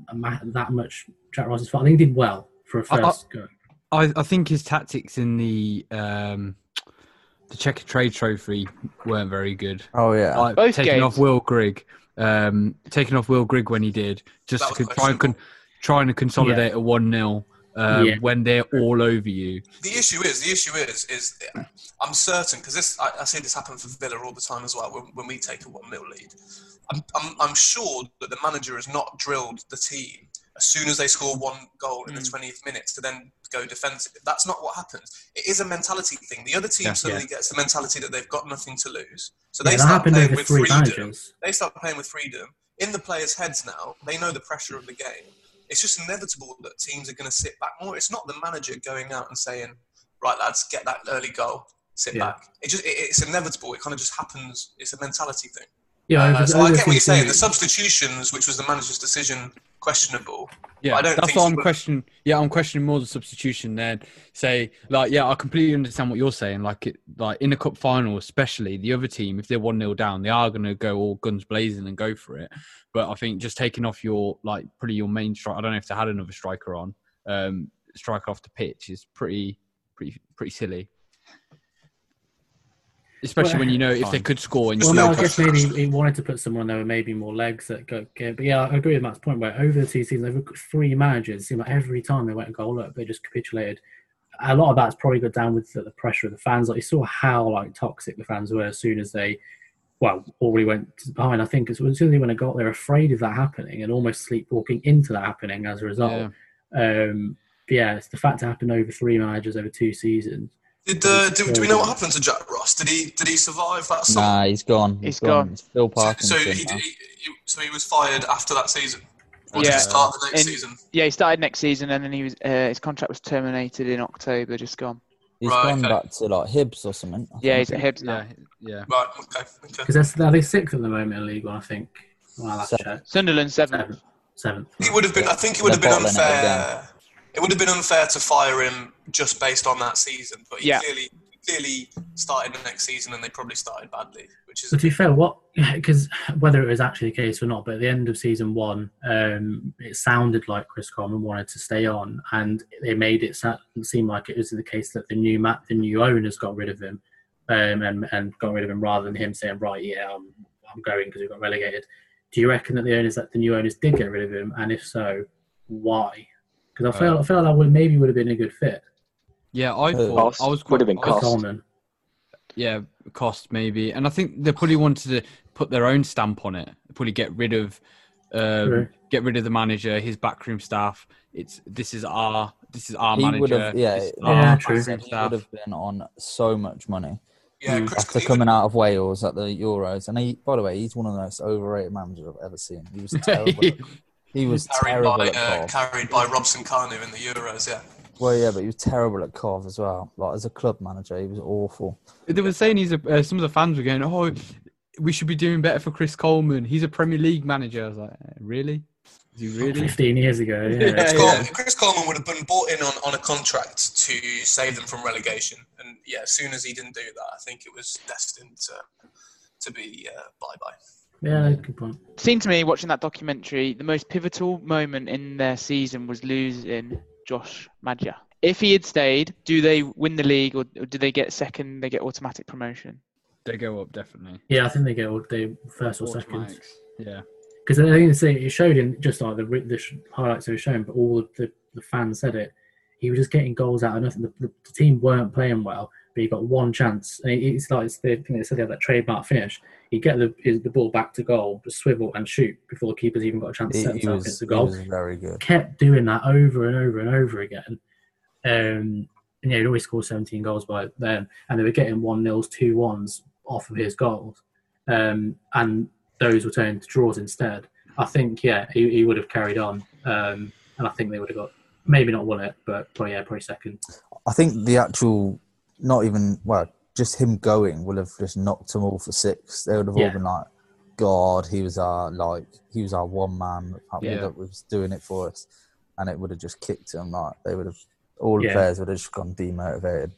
a ma- that much Jack Ross's fault. I think he did well for a I- I- first go. I, I think his tactics in the um, the Checker Trade Trophy weren't very good. Oh yeah. Like, Both taking games. off Will Grigg, um, taking off Will Grigg when he did, just That to was con- try and con- trying to consolidate a one 0 um, Yeah. when they're all over you. the issue is the issue is is I'm certain because this I, I see this happen for Villa all the time as well when, when we take a one 0 lead. I'm, I'm I'm sure that the manager has not drilled the team as soon as they score one goal Hmm. in the 20th minute to then go defensive. That's not what happens. It is a mentality thing. The other team Yeah. suddenly gets the mentality that they've got nothing to lose, so they Yeah, that start happened playing over with three freedom managers. they start playing with freedom in the players' heads now. They know the pressure of the game. It's just inevitable that teams are going to sit back more. It's not the manager going out and saying, "Right, lads, get that early goal, sit Yeah. back." It just it, it's inevitable. It kind of just happens. It's a mentality thing. Yeah, Uh, over- so I over get what three you're saying. The games. substitutions, which was the manager's decision questionable. Yeah, I don't that's think what so, I'm but- questioning. Yeah, I'm questioning more the substitution than say like yeah, I completely understand what you're saying. Like it, like in the cup final, especially the other team, if they're one 0 down, they are going to go all guns blazing and go for it. But I think just taking off your like pretty your main strike. I don't know if they had another striker on. Um, striker off the pitch is pretty pretty pretty silly. Especially when you know if they could score and There's Well, you no, no I guess question. maybe he wanted to put someone there with maybe more legs that go. Get, but yeah, I agree with Matt's point. Where over the two seasons, over three managers, it seemed like every time they went and goal up, they just capitulated. A lot of that's probably got down with the, the pressure of the fans. Like you saw how like toxic the fans were as soon as they, well, already went behind. I think as soon as they went and got, they're afraid of that happening and almost sleepwalking into that happening as a result. Um, but yeah, it's the fact it happened over three managers over two seasons. Did, uh, do, do we know what happened to Jack Ross? Did he did he survive that summer? Nah, he's gone. He's gone. It's Phil So, Parkinson. so he, he, now. he- so he was fired after that season, or did Yeah. he start the next In- season? Yeah, he started next season, and then he was uh, his contract was terminated in October, just gone. He's Right, gone okay. back to like Hibs or something. I Yeah, think. he's at Hibs now. yeah yeah. Right. Okay. okay. Because are they sixth at the moment in League One? I think. Well, that's Seventh. checked. Sunderland seventh. Seventh. Seventh. It would have been. I think it would They're have been bottling it unfair. It would have been unfair to fire him just based on that season, but he Yeah. clearly clearly started the next season and they probably started badly, which is So to be fair, what because whether it was actually the case or not, but at the end of season one, um, it sounded like Chris Coleman wanted to stay on, and they made it sa- seem like it was the case that the new map, the new owners got rid of him, um, and and got rid of him rather than him saying, right, yeah, I'm I'm going because we got relegated. Do you reckon that the owners, that the new owners, did get rid of him, and if so, why? Because I feel I feel that would maybe would have been a good fit, Yeah, I thought Cost. I was Uh, Would have been I was- Cost. Coleman. yeah, cost maybe, and I think they probably wanted to put their own stamp on it. Probably get rid of, um, True. get rid of the manager, his backroom staff. It's this is our this is our He would manager. have- yeah, this is yeah, our true. backroom He staff. would <laughs> have been on so much money yeah. Mm. Chris, after he would- coming out of Wales at the Euros. And he, by the way, he's one of the most overrated managers I've ever seen. He was terrible. at- he was carried by terrible at uh, Cardiff. carried by Robson Kanu in the Euros. Yeah. Well, yeah, but he was terrible at Cov as well. Like as a club manager, he was awful. They were saying he's a, uh, some of the fans were going, oh, we should be doing better for Chris Coleman. He's a Premier League manager. I was like, "Eh, really? Is he really? Fifteen years ago, <laughs> yeah. Chris, Coleman, Chris Coleman would have been bought in on, on a contract to save them from relegation, and yeah, as soon as he didn't do that, I think it was destined to to be uh, bye bye. yeah, good point. seemed to me watching that documentary, the most pivotal moment in their season was losing Josh Madger. If he had stayed, do they win the league or, or do they get second? They get automatic promotion. They go up definitely. Yeah, I think they get all they first or second. Automatics. Yeah, because I think the thing it showed in just like the, re- the sh- highlights that were shown, but all of the, the fans said it. He was just getting goals out of nothing. The, the, the team weren't playing well, but he got one chance. And it, it's like it's the thing they said they had that trademark finish. He'd get the, his, the ball back to goal, just swivel and shoot before the keeper's even got a chance to He, set he, himself was, against he the goal was very good. kept doing that over and over and over again. Um, and yeah, he'd always score 17 goals by then, and they were getting one nils, two ones off of his goals, um, and those were turned to draws instead. I think, yeah, he, he would have carried on, um, and I think they would have got maybe not won it, but probably, yeah, probably second. I think the actual, not even well, just him going will have just knocked them all for six. They would have all Yeah. been like, "God, he was our like, he was our one man that Yeah. that was doing it for us," and it would have just kicked him. Like they would have, all Yeah. the players would have just gone demotivated.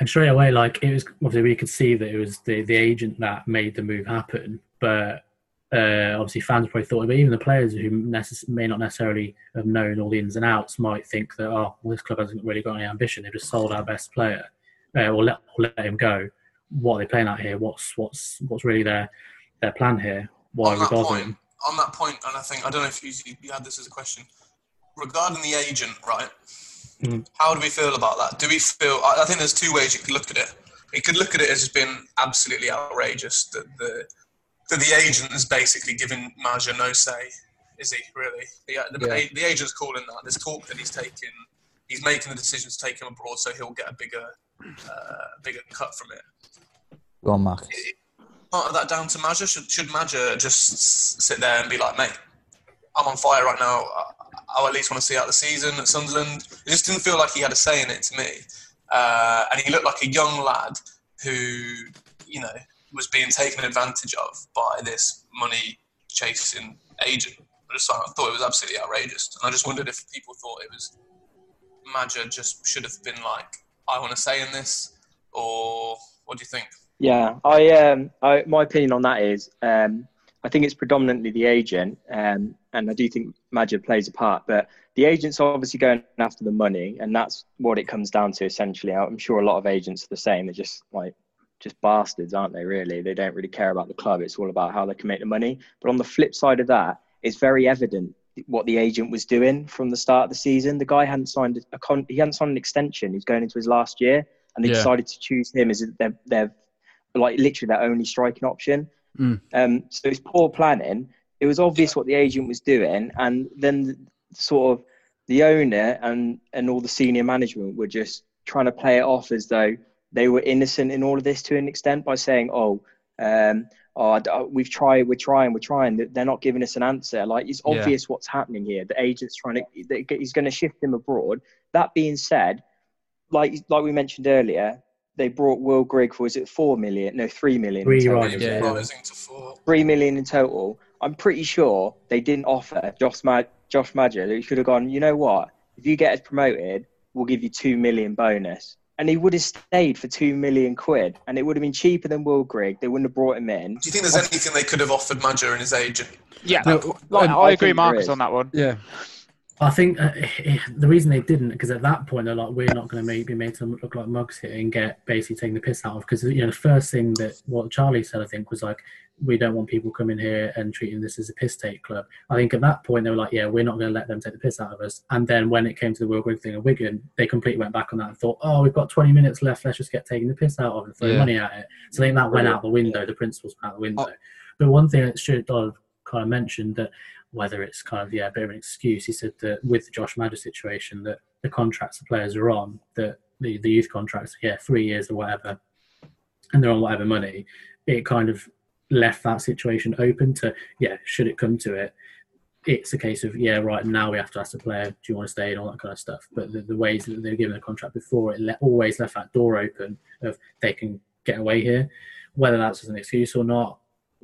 And straight away, like it was obviously we could see that it was the, the agent that made the move happen, but uh, obviously fans probably thought, but even the players who necess- may not necessarily have known all the ins and outs might think that oh, well, this club hasn't really got any ambition. They've just sold our best player, uh, or let or let him go. What are they playing at here? What's what's what's really their their plan here? Why on are we that bothering? point, on that point, and I think I don't know if you, you had this as a question regarding the agent, right? Mhm. How do we feel about that? Do we feel? I, I think there's two ways you could look at it. You could look at it as just being absolutely outrageous that the that the agent is basically giving Maja no say. Is he really? The, the, the agent's calling that. There's talk that he's taking, he's making the decisions to take him abroad, so he'll get a bigger, uh, bigger cut from it Go on, Marcus. part of that down to Maja? Should, should Maja just s- sit there and be like, mate, I'm on fire right now. I, I at least want to see out the season at Sunderland. It just didn't feel like he had a say in it to me. Uh, and he looked like a young lad who, you know, was being taken advantage of by this money chasing agent. just I thought it was absolutely outrageous, and I just wondered if people thought it was Maja just should have been like, I want to say in this, or what do you think? Yeah, I um, I, my opinion on that is, um, I think it's predominantly the agent, um, and I do think Madger plays a part, but the agent's obviously going after the money, and that's what it comes down to essentially. I'm sure a lot of agents are the same. They're just like just bastards, aren't they? Really, they don't really care about the club. It's all about how they can make the money. But on the flip side of that, it's very evident what the agent was doing from the start of the season. The guy hadn't signed a con- he hadn't signed an extension. He's going into his last year, and they Yeah. decided to choose him as their their like literally their only striking option. Mm. Um, so it's poor planning. It was obvious what the agent was doing, and then the, sort of the owner and and all the senior management were just trying to play it off as though they were innocent in all of this to an extent by saying, "Oh, um, oh, I d- uh, we've tried, we're trying, we're trying." Th- They're not giving us an answer. Like it's Yeah. obvious what's happening here. The agent's trying to, they- he's going to shift him abroad. That being said, like like we mentioned earlier, they brought Will Grigg for was it four million? No, three million. Three, in total. right, Maybe yeah. rising to four. Three million in total. I'm pretty sure they didn't offer Josh Mad- Josh Madger. They should have gone. You know what? If you get us promoted, we'll give you two million bonus. And he would have stayed for two million quid, and it would have been cheaper than Will Grigg. They wouldn't have brought him in. Do you think there's anything they could have offered Maja and his agent? Yeah, No, like, um, I I agree, think there Marcus, is. on that one. Yeah. I think uh, the reason they didn't, because at that point they're like, we're not going to make, be made to look like mugs here and get basically taking the piss out of. Because you know, the first thing that what Charlie said, I think, was like, we don't want people coming here and treating this as a piss take club. I think at that point they were like, yeah, we're not going to let them take the piss out of us. And then when it came to the World Greg thing at Wigan, they completely went back on that and thought, oh, we've got 20 minutes left. Let's just get taking the piss out of and throw Yeah. money at it. So I think that went out the window. The principles went out the window. But one thing that Stuart Dodd kind of mentioned that whether it's kind of yeah a bit of an excuse. He said that with the Josh Madder situation, that the contracts the players are on, that the, the youth contracts, yeah, three years or whatever, and they're on whatever money. It kind of left that situation open to yeah, should it come to it, it's a case of yeah, right now we have to ask the player, do you want to stay and all that kind of stuff. But the, the ways that they were given the contract before, it le- always left that door open of they can get away here, whether that's as an excuse or not.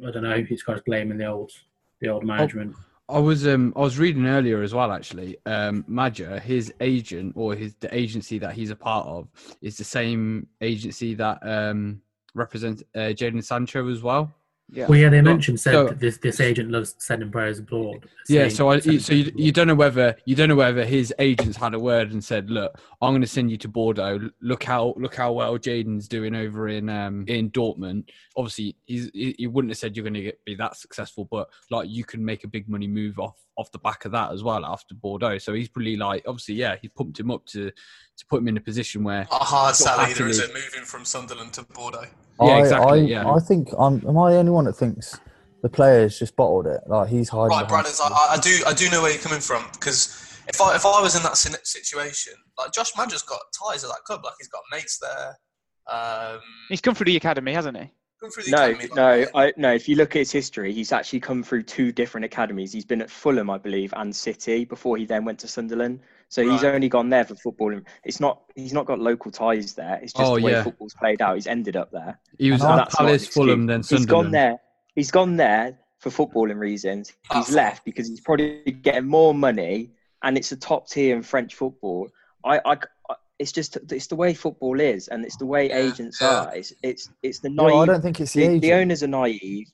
I don't know. He's kind of blaming the old, the old management. I was um I was reading earlier as well actually. Um Madger, his agent or his the agency that he's a part of is the same agency that um represents uh, Jaden Sancho as well. Yeah. Well, yeah, they mentioned said so- that this this agent loves sending players abroad. Yeah, saying- so I, sending so you, players you abroad. don't know whether you don't know whether his agents had a word and said, "Look, I'm going to send you to Bordeaux. Look how look how well Jaden's doing over in um in Dortmund. Obviously, he's he, he wouldn't have said you're going to be that successful, but like you can make a big money move off off the back of that as well after Bordeaux. So he's probably like, obviously, yeah, he pumped him up to to put him in a position where Not a hard Not sell either, is it? actually. Moving from Sunderland to Bordeaux. Yeah, I, exactly, I, yeah. I think I'm. Am I the only one that thinks the player's just bottled it? Like he's hiding. Right, behind- Branners, I, I I do I do know where you're coming from because if I if I was in that sin- situation, like Josh Madger's got ties at that club, like he's got mates there. Um, He's come through the academy, hasn't he? come through the No, academy, like- no, I, no. If you look at his history, he's actually come through two different academies. He's been at Fulham, I believe, and City before he then went to Sunderland. So he's Right. only gone there for footballing. It's not he's not got local ties there. It's just Oh, the way yeah. football's played out. He's ended up there. he was And at that's not an Palace, excuse. Fulham, then He's Sunderland. gone there. He's gone there for footballing reasons. He's That's- left because he's probably getting more money, and it's a top tier in French football. I, I, I- it's just it's the way football is, and it's the way Yeah, agents yeah. are. It's it's it's the No, I naive. don't think it's the, the, agent. the owners are naive.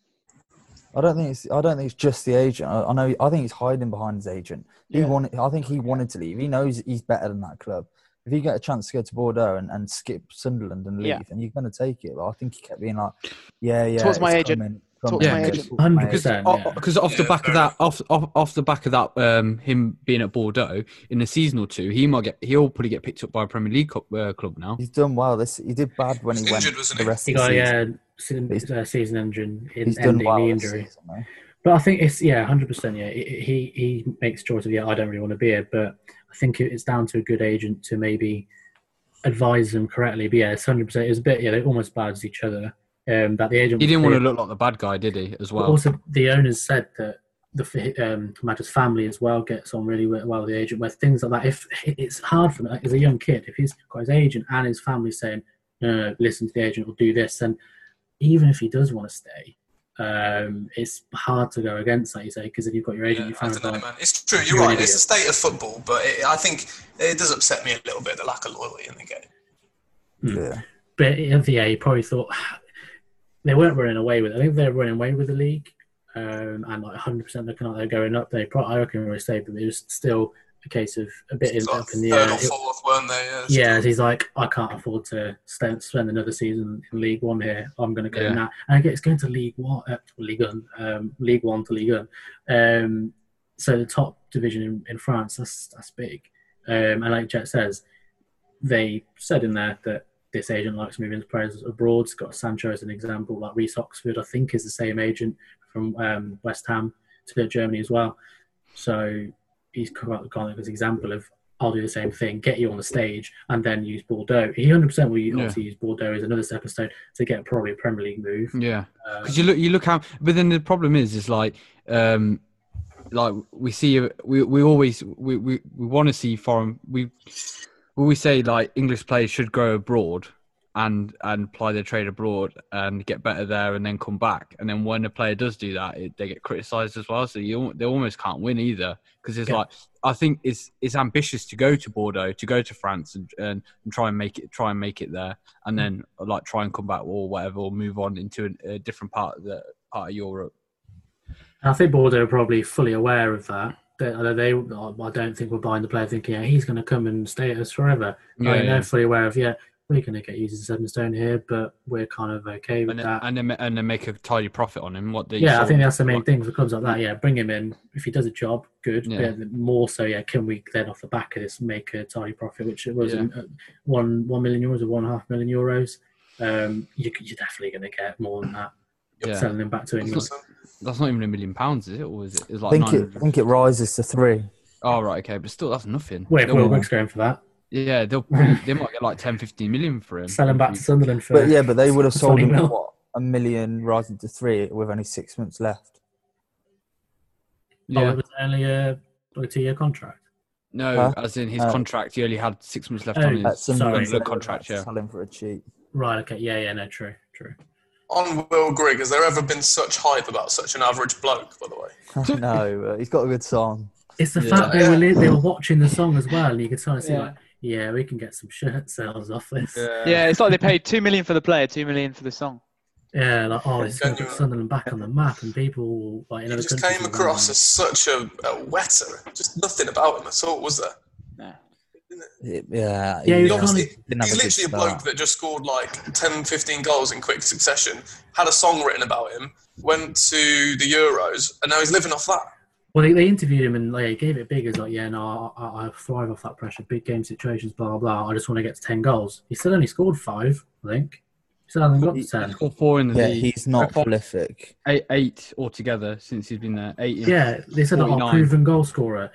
I don't think it's. I don't think it's just the agent. I, I know. I think he's hiding behind his agent. He wanted. I think he wanted to leave. He knows he's better than that club. If you get a chance to go to Bordeaux and, and skip Sunderland and leave, Yeah. and you're going to take it. But I think he kept being like, "Yeah, yeah." Talk to it's my agent. coming, Talk to coming, my it's agent." all my 100%. agent." Yeah. because off the Yeah, back fair of that, off, off off the back of that, um, him being at Bordeaux in a season or two, he might get he'll probably get picked up by a Premier League club, uh, club now. He's done well. This he did bad when he He's went. injured, wasn't the he? rest He of the got season. yeah, season, uh, season engine in, He's done ending well. the this injury. season, though. But I think it's yeah, hundred percent. Yeah, It- it- he he makes choice of yeah, I don't really want to be here, but I think it- it's down to a good agent to maybe advise them correctly. But yeah, it's hundred percent. It was a bit yeah, they almost balanced each other. Um, that the agent He was didn't want to clear- look like the bad guy, did he? As But well. also, the owners said that the f- um, Madder's family as well gets on really well with the agent. Where things like that, if it's hard for him like, as a young kid, if he's got his agent and his family saying, "No, no, listen to the agent or do this," and even if he does want to stay, um, it's hard to go against, like you say, because if you've got your agent, Yeah, you I found don't know, like, man. It's true. You're right. It's the state of football, but it, I think it does upset me a little bit the lack of loyalty in the game. Hmm. Yeah. but yeah, you probably thought they weren't running away with. It. I think they're running away with the league, um, and like 100 percent looking like they're going up. They probably, I reckon, were stayed, but it was still a case of a bit in, It's like up in the third air. or fourth, weren't they? Yeah. Yeah, he's like, I can't afford to spend, spend another season in League One here. I'm going to go Yeah. now. And I get it's going to League One, uh, League One, um, League One to League One. Um, so the top division in, in France, that's that's big. Um, and like Jet says, they said in there that this agent likes moving his players abroad. Scott Sancho as an example, like Reese Oxford, I think is the same agent from um, West Ham to Germany as well. So he's come out gone as an example of I'll do the same thing, get you on the stage, and then use Bordeaux. He 100% will Yeah. obviously use Bordeaux as another stepping stone to get probably a Premier League move. Yeah. Um, Because you look, you look how. But then the problem is, is like, um, like we see, we we always we we, we want to see foreign. We we always say like English players should go abroad and and apply their trade abroad and get better there and then come back. And then when a player does do that, it, they get criticised as well. So you al- they almost can't win either because it's Yeah. like I think it's it's ambitious to go to Bordeaux, to go to France and, and, and try and make it try and make it there, and then like try and come back or whatever, or move on into a, a different part of the part of Europe. And I think Bordeaux are probably fully aware of that. They, although they, I don't think we're buying the player thinking, yeah, he's going to come and stay at us forever. Yeah, Yeah, yeah. They're fully aware of, yeah, we're going to get used as a stepping stone here, but we're kind of okay with And then, that. and then ma- and then make a tidy profit on him. What they yeah, I saw- think that's the main what- thing for clubs like that. Yeah, bring him in. If he does a job, good. Yeah. But more so, yeah, can we then off the back of this make a tidy profit, which it was Yeah. uh, one one million euros or one and a half million euros. Um, you, you're definitely going to get more than that Yeah, selling him back to England. So, that's not even a million pounds, is it? Or is it? It's I like think it, 900. I think it rises to three. Oh right, okay, but still, that's nothing. Wait, if They'll- Will Brooks going for that, yeah, <laughs> they'll probably- they might get like 10, 15 million for him. sell him back to Sunderland for. But yeah, but they <laughs> would have sold him for Mil. what a million, rising to three with only six months left. Oh, <laughs> Yeah, it was only a, like a two-year contract. no, Huh? as in his Uh, contract, he only had six months left Oh, on his At Sunderland, Sorry. they would Contract, have yeah. sell him for a <laughs> cheap. Right. Okay. Yeah. Yeah. No. True. True. on Will Grigg, has there ever been such hype about such an average bloke? By the way, no, but he's got a good song. It's the Yeah. fact they were li- they were watching the song as well, and you could kind of see Yeah. like, yeah, we can get some shirt sales off this. Yeah, it's like they paid two million for the player, two million for the song. Yeah, like oh, it's going to put Genuine. Sunderland back on the map, and people like in he other just countries came will go, across as such a, a wetter. Just nothing about him at all, was there? It- yeah, Yeah, He he's obviously- didn't have he's a good literally a start. bloke that just scored like 10, 15 goals in quick succession, had a song written about him, went to the Euros, and now he's living off that. Well, they, they interviewed him and like gave it big. He's like, yeah, no, I, I, I thrive off that pressure, big game situations, blah blah. blah. I just want to get to ten goals. He still only scored five, I think. He still hasn't got to He ten. scored four in the Yeah, league. he's not Four- prolific. eight, eight altogether since he's been there. Eight. in- Yeah, they said that oh, 49. proven goal scorer,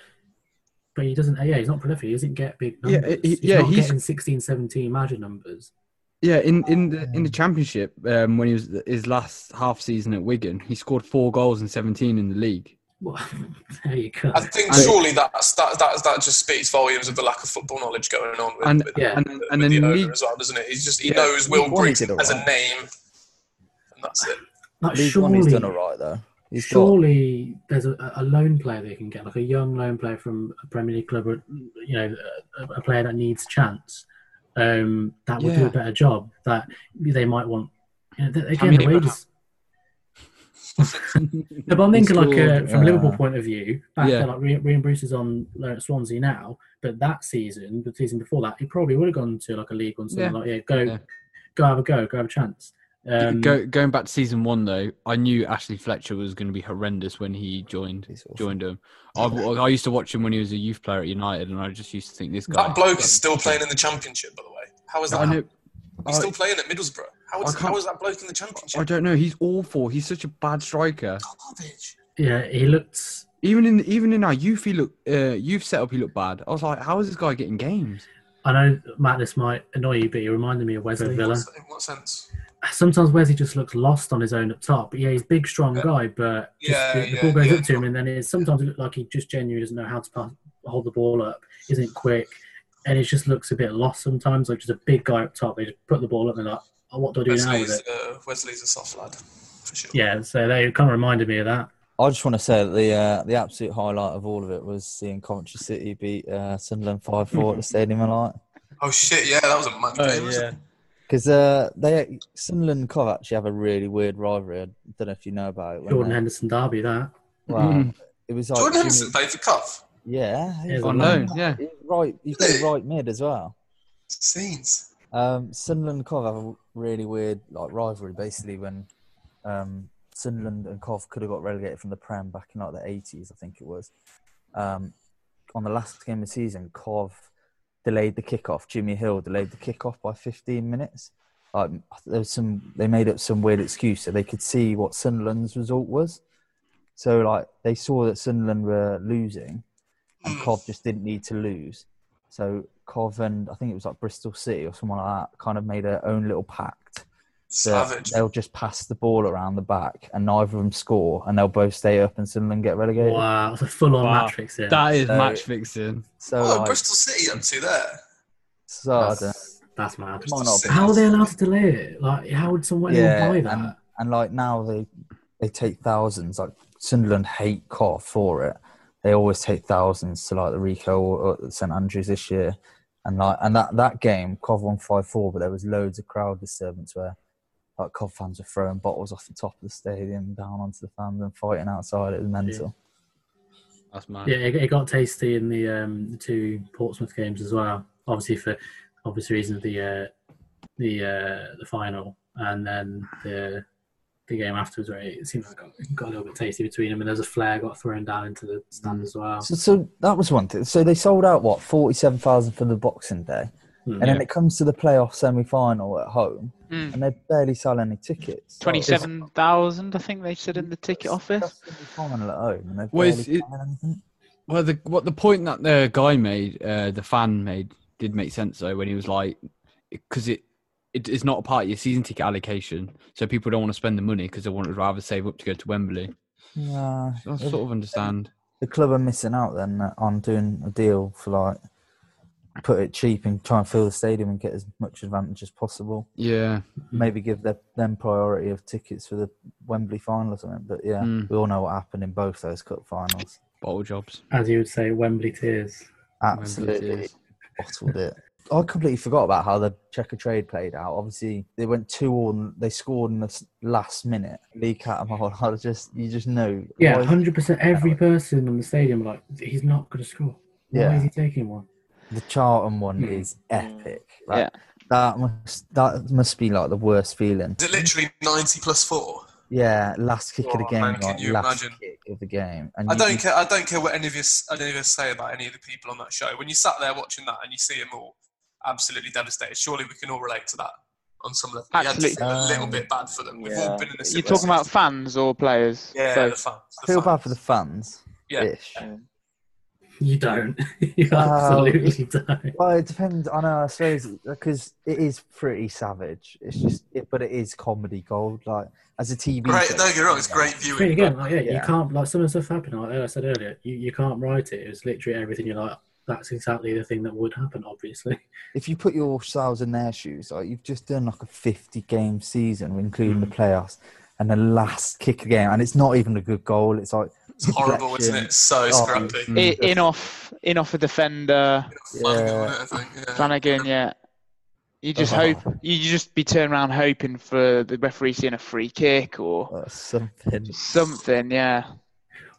but he doesn't. Yeah, he's not prolific. He doesn't get big Yeah, numbers. he- he's yeah, not he's- getting 16, 17 magic numbers. <laughs> Yeah, in, in the in the championship, um, when he was his last half season at Wigan, he scored four goals and seventeen in the league. Well, there you go. I think And- surely that's, that, that that just speaks volumes of the lack of football knowledge going on with, And with, Yeah. and with and then the the owner league, as well, doesn't it? He's just he Yeah. knows Will League One, he Griggs did as a alright. name, and that's it. Like, League One, he's done surely- all right though. He's got Surely there's a, a loan player they can get, like a young loan player from a Premier League club, or, you know, a, a player that needs chance. Um, that would do Yeah. a better job. That they might want. You know, th- again, Tammy <laughs> the wages. no, but I'm thinking like uh, scored, from a Liverpool uh, point of view. Back Yeah. then, like Re- Ream Bruce is on loan at Swansea now, but that season, the season before that, he probably would have gone to like a league or something Yeah. like yeah, go, Yeah. go have a go, go have a chance. Um, go, going back to season one though, I knew Ashley Fletcher was going to be horrendous when he joined He's awful. joined him. I, I used to watch him when he was a youth player at United, and I just used to think this guy. That bloke is still playing in the championship, by the way. How is that? I know. He's still I- playing at Middlesbrough. How is, I can't- how is that bloke in the I championship? don't know. He's awful. He's such a bad striker. Garbage. Yeah, he looked. Even in even in our youth, he looked uh, youth setup. He looked bad. I was like, how is this guy getting games? I know Matt, this might annoy you, but he reminded me of Wesley In Villa. what- in what sense? sometimes Wesley just looks lost on his own up top. Yeah, he's a big, strong guy, but just Yeah, the, the yeah, ball goes yeah. up to him, and then it's sometimes it looks like he just genuinely doesn't know how to pass, hold the ball up, isn't quick, and it just looks a bit lost sometimes. Like just a big guy up top, they just put the ball up and they're like, oh, what do I do now with Wesley's, it? uh, Wesley's a soft lad. for sure. Yeah, so they kind of reminded me of that. I just want to say that the uh, the absolute highlight of all of it was seeing Coventry City beat uh, Sunderland five four at the Stadium of Light Oh shit! Yeah, that was a mad game. wasn't it? because uh, they Sunderland and Cov actually have a really weird rivalry. I don't know if you know about it. when Jordan they- Henderson derby, that. Well, it was like Jordan Jimmy- Henderson played for Cuff. Yeah, he Yeah, was on loan, right- yeah. he was right. He's got a right mid as well. Scenes. Um, Sunderland and Cov have a really weird like rivalry. Basically, when um, Sunderland and Cov could have got relegated from the Prem back in like the eighties, I think it was. Um, on the last game of the season, Cov delayed the kickoff. Jimmy Hill delayed the kickoff by fifteen minutes. Like, there was some, they made up some weird excuse so they could see what Sunderland's result was. So like they saw that Sunderland were losing, and Cov just didn't need to lose. So Cov and I think it was like Bristol City or someone like that kind of made their own little pact. that Savage. They'll just pass the ball around the back, and neither of them score, and they'll both stay up, and Sunderland get relegated. Wow, it's a full on Wow. matrix here. That is So- match fixing. So, Oh, like, Bristol City, I'm too there. so Oh, I don't- that's, that's mad. Come on, Bristol City. How are they allowed to delay it? Like, how would someone Yeah, buy that? and- and like now they they take thousands. Like Sunderland hate Cov for it. They always take thousands to like the Rico or or St Andrews this year, and like and that that game Cov won five four, but there was loads of crowd disturbance where like Cov fans were throwing bottles off the top of the stadium down onto the fans and fighting outside. It was mental. That's mad. Yeah, it, it got tasty in the um, the two Portsmouth games as well. Obviously for obvious reasons, the uh, the uh, the final and then the the game afterwards, where it seemed like it got, got a little bit tasty between them, and there's a flare got thrown down into the stand as well. So, so that was one thing. So they sold out what forty seven thousand for the Boxing Day, Hmm. and then it comes to the playoff semi final at home, Mm. and they barely sell any tickets. Like, it's- 27,000, I think they said in the ticket office. Final at home, and they've Well, it's- barely it- done anything. Well, the what the point that the guy made, uh, the fan made, did make sense though when he was like, because it, it it's not a part of your season ticket allocation, so people don't want to spend the money because they want to rather save up to go to Wembley. Nah, So I sort of understand. the club are missing out then on doing a deal for like put it cheap and try and fill the stadium and get as much advantage as possible. Yeah, Maybe give their, them priority of tickets for the Wembley final or something. But yeah, Mm. we all know what happened in both those cup finals. bottle jobs. As you would say, Wembley tears. Wembley Absolutely tears. bottled it. I completely forgot about how the checker trade played out. Obviously, they went two on. They scored in the s- last minute. Lee Catamol. <laughs> I was just you just know. Yeah, Why- hundred percent. Every person in the stadium, like, he's not going to score. Why Yeah. is he taking one? <laughs> The Charlton one Mm. is epic. Like, Yeah. That must that must be like the worst feeling. Is it literally 90 plus four? Yeah, last kick of the Oh, game. man, can like, you last imagine? kick of the game. And I you- don't care. I don't care what any of you, s- any of you say about any of the people on that show. When you sat there watching that and you see them all absolutely devastated, surely we can all relate to that on some level. You had to Absolutely. feel a little Um, bit bad for them. We've all yeah. been in a You're similar talking about situation. fans or players? yeah, Both. the fans. I The feel bad fans. for the fans. Yeah. Ish. You don't. <laughs> you Oh. Wow. absolutely don't. Well, it depends. I know. I suppose because it is pretty savage. It's just, it, but it is comedy gold. Like as a TV. Great. show- Don't get me wrong. It's great But viewing. again, like, yeah, you Yeah. can't like some of the stuff happened. Like I said earlier, you, you can't write it. It was literally everything. You're like, that's exactly the thing that would happen. Obviously, <laughs> If you put yourselves in their shoes, like you've just done like a fifty-game season, including the Mm. playoffs, and the last kick again, and it's not even a good goal. It's like <laughs> It's horrible, isn't it? It's So Oh, scrappy. mm. I- In off, in off a defender, Flanagan, I think, yeah. Flanagan. Yeah, you just Oh. hope you just be turning around hoping for the referee seeing a free kick or uh, something. something. Yeah,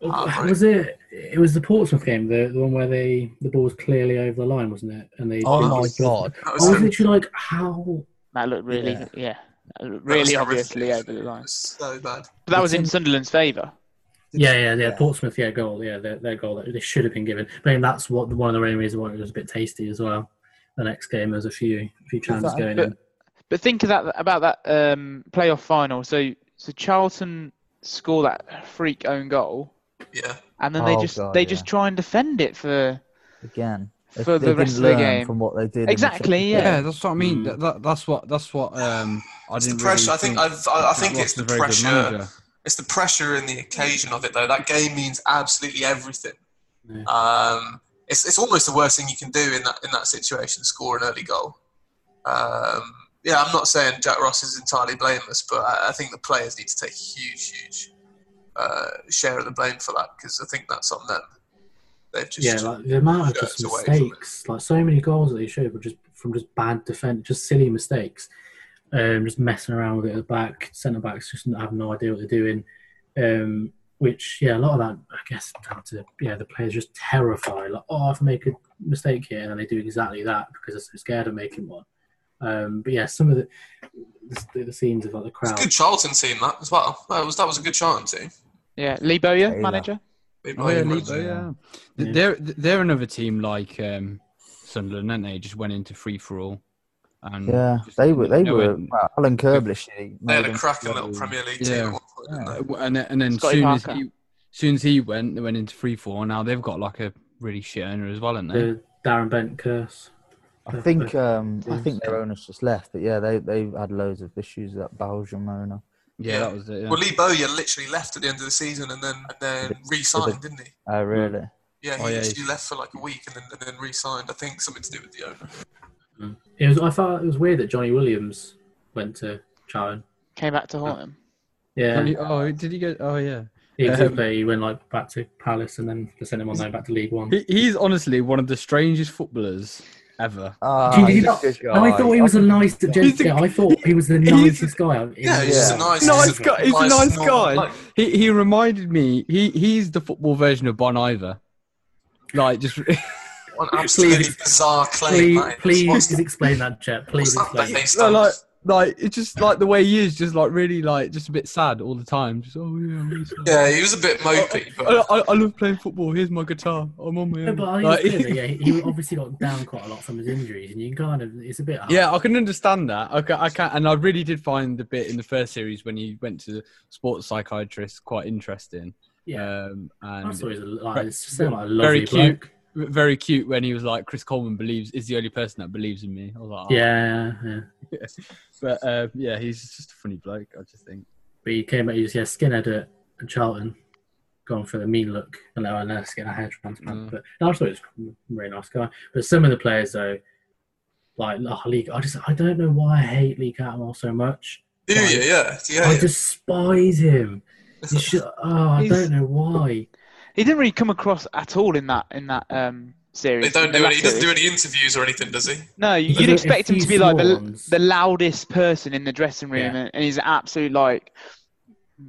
Ah, was it? It was the Portsmouth game, the, the one where they the ball was clearly over the line, wasn't it? And they Oh my just- god! That I was was horrible. literally like, how? that looked really, yeah, Yeah. that looked That was really horrific. obviously over the line. It was So bad. But that was in It's Sunderland's favour. Yeah, yeah, yeah. Portsmouth, yeah, goal, yeah, their, their goal that they should have been given. But I mean, that's what one of the main reasons why it was a bit tasty as well. The next game, there was a few few chances that- going but- in. But think of that about that um, playoff final. So, so Charlton score that freak own goal, Yeah. and then they Oh, just God, they yeah. just try and defend it for Again, If for the they didn't rest of the learn game. from what they did. in the Exactly, championship, yeah. Yeah, that's what I mean. That, that, that's what that's what um I It's the didn't pressure. really I think think I've, I, I think Klopp's it's the a very good pressure. manager. It's the pressure and the occasion of it, though. That game means absolutely everything. Yeah. Um, it's, it's almost the worst thing you can do in that in that situation, score an early goal. Um, yeah, I'm not saying Jack Ross is entirely blameless, but I, I think the players need to take a huge, huge uh, share of the blame for that because I think that's on them. They've just yeah, like the amount of just shirts away from it. mistakes, like so many goals that they showed were just from just bad defense, just silly mistakes, um, just messing around with it at the back. Centre backs just have no idea what they're doing, um, which yeah, a lot of that I guess down to yeah the players just terrified, like oh if I make a mistake here, and then they do exactly that because they're so scared of making one. Um, but yeah, some of the the, the scenes of like the crowd. good Charlton team that as well. That was that was a good Charlton team. Yeah, Lee Bowyer, Taylor. manager. They Oh, yeah, played well. Leeds, yeah. Yeah. They're they're another team like um, Sunderland, aren't they? Just went into free for all. And Yeah, just- they were. They no, were. and- well, Alan Kerblish. They They had a cracking little Premier League team. Yeah. At one point, didn't they? Uh, And then, and then Scotty soon as Parker. he soon as he went, they went into free for all. Now they've got like a really shit owner as well, haven't they? the Darren Bent curse. I <laughs> think. Uh, Um, I teams. think their owners just left. But yeah, they they had loads of issues with that Belgium owner. yeah, Yeah. that was it. Yeah. Well, Lee Bowyer literally left at the end of the season and then and then re-signed, didn't he? Oh Hmm. really? Yeah, he Oh, yeah, literally left for like a week and then and then re-signed. I think something to do with the owner. It was. I thought it was weird that Johnny Williams went to Charlton. Came back to haunt him. Yeah, Only- oh, did he go? Oh, yeah. he, um, did, but he went like back to Palace and then they sent him on loan back to League One. He, he's honestly one of the strangest footballers ever. Ah, Did he he's a not- good I guy. thought he was a nice He's a- guy. I thought he was the he's a- nicest guy. in- Yeah, he's just a Yeah. nice, Nice guy. He's a nice normal guy. bloke. He he reminded me. He he's the football version of Bon Iver. Like just <laughs> An absolutely Please- bizarre claim. Please, that is. What's- please explain that, Jet. Please what's that explain. based no, on? like like it's just like the way he is, just like really like just a bit sad all the time. Just oh yeah. I'm really sad. Yeah, he was a bit mopey, but I, I, I love playing football. Here's my guitar. I'm on my No, own. but I think Like, it's <laughs> clear that, yeah, he obviously got down quite a lot from his injuries, and you can kind of it's a bit hard. Yeah, I can understand that. I can, I can, and I really did find the bit in the first series when he went to the sports psychiatrist quite interesting. yeah. Um, and I thought he was a, like, Right. it's just sounded like a lovely Very cute. bloke. v- very cute when he was like, "Chris Coleman believes is the only person that believes in me." I was like, "Oh." Yeah, yeah. <laughs> but uh, yeah, he's just a funny bloke. I just think. But he came out, he was yeah, skinhead at, at Charlton, going for the mean look, and like, oh, let's get a hair transplant. Mm. But no, I just thought he was a really nice guy. But some of the players though, like oh, Lee, I just I don't know why I hate Lee Catamore so much. do you? Yeah, yeah. I yeah. despise him. <laughs> You should, oh, I He's- don't know why. He didn't really come across at all in that in that um, series. They don't The do last any. He doesn't series. do any interviews or anything, does he? No, He you'd does a expect him to few be like small the, ones. the loudest person in the dressing room, Yeah. and, and he's an absolute like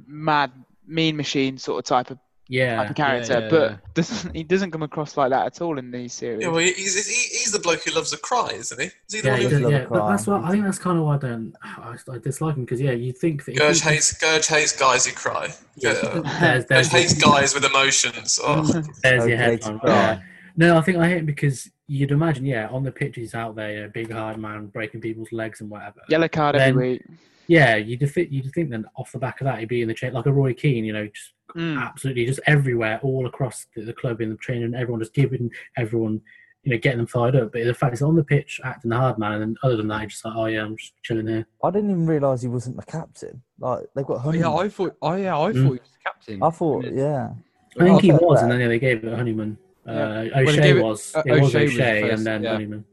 mad mean machine sort of type of type Yeah, of character. yeah, but yeah. Doesn't, he doesn't come across like that at all in these series. <laughs> Yeah, well, he- he's, he, he's the bloke who loves a cry, isn't he? Is he the yeah, one he who does, Love a yeah. But cry. that's why I think that's kind of why I don't I, I dislike him because yeah, you think that if Gurge he- hates Gurge hates guys who cry. yeah, Yeah. there's, Gurge there's, hates guys with emotions. Oh, <laughs> There's your Okay, headline. it's Yeah. No, I think I hate it because you'd imagine, yeah, on the pitch he's out there, you know, big hard man breaking people's legs and whatever. Yellow card Then- every week. Yeah, you'd think you'd think then off the back of that he'd be in the chain like a Roy Keane, you know, just Hmm. <laughs> Mm. absolutely just everywhere, all across the, the club in the train, and everyone just giving everyone, you know, getting them fired up. But the fact is on the pitch acting the hard man, and then other than that, he's just like, oh yeah, I'm just chilling here. I didn't even realise he wasn't the captain. Like they've got. Oh yeah, Mm. Honeyman. I thought. Oh yeah, I thought he was the captain. I thought. Yeah. I think he I thought was, that. and then yeah, they gave it to Honeyman. Uh, they O'Shea gave it- was. uh, It was O'Shea O'Shea, was the first, and then yeah. Honeyman.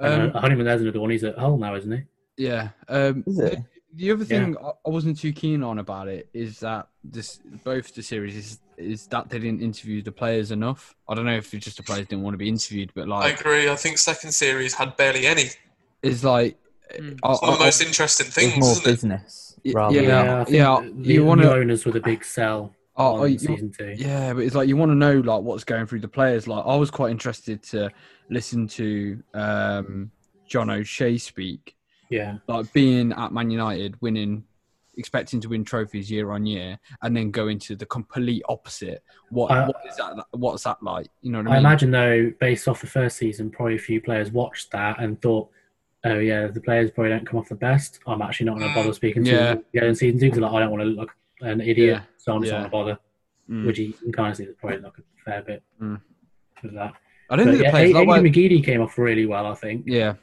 Um, and, uh, Honeyman, there's another one. He's at Hull now, isn't he? Yeah. Um, Is the- it? The, other thing I I wasn't too keen on about it is that this both the series is, is that they didn't interview the players enough. I don't know if it's just the players didn't want to be interviewed, but I like agree. I think second series had barely any. It's it's like Mm. I- one of I- the most interesting It's things, more isn't it? business. Y- rather yeah. than- I think yeah, the, you wanna- the owners were the big sell I- I- on you- season two. yeah, but it's like you want to know like what's going through the players. Like I was quite interested to listen to um, John O'Shea speak Yeah, like being at Man United, winning, expecting to win trophies year on year, and then go into the complete opposite. What I- what is that? What's that like? You know what I I mean? imagine though, based off the first season, probably a few players watched that and thought, "Oh yeah, the players probably don't come off the best. I'm actually not going to bother speaking to Yeah. them yeah in season two because like, I don't want to look like an idiot, Yeah. so I'm just Yeah. not going to bother." Mm. Which you can kind of see there's probably like a fair bit Mm. of that. I don't But, think yeah, the players. A- Like, Aidan well, McGeady came off really well, I think. yeah,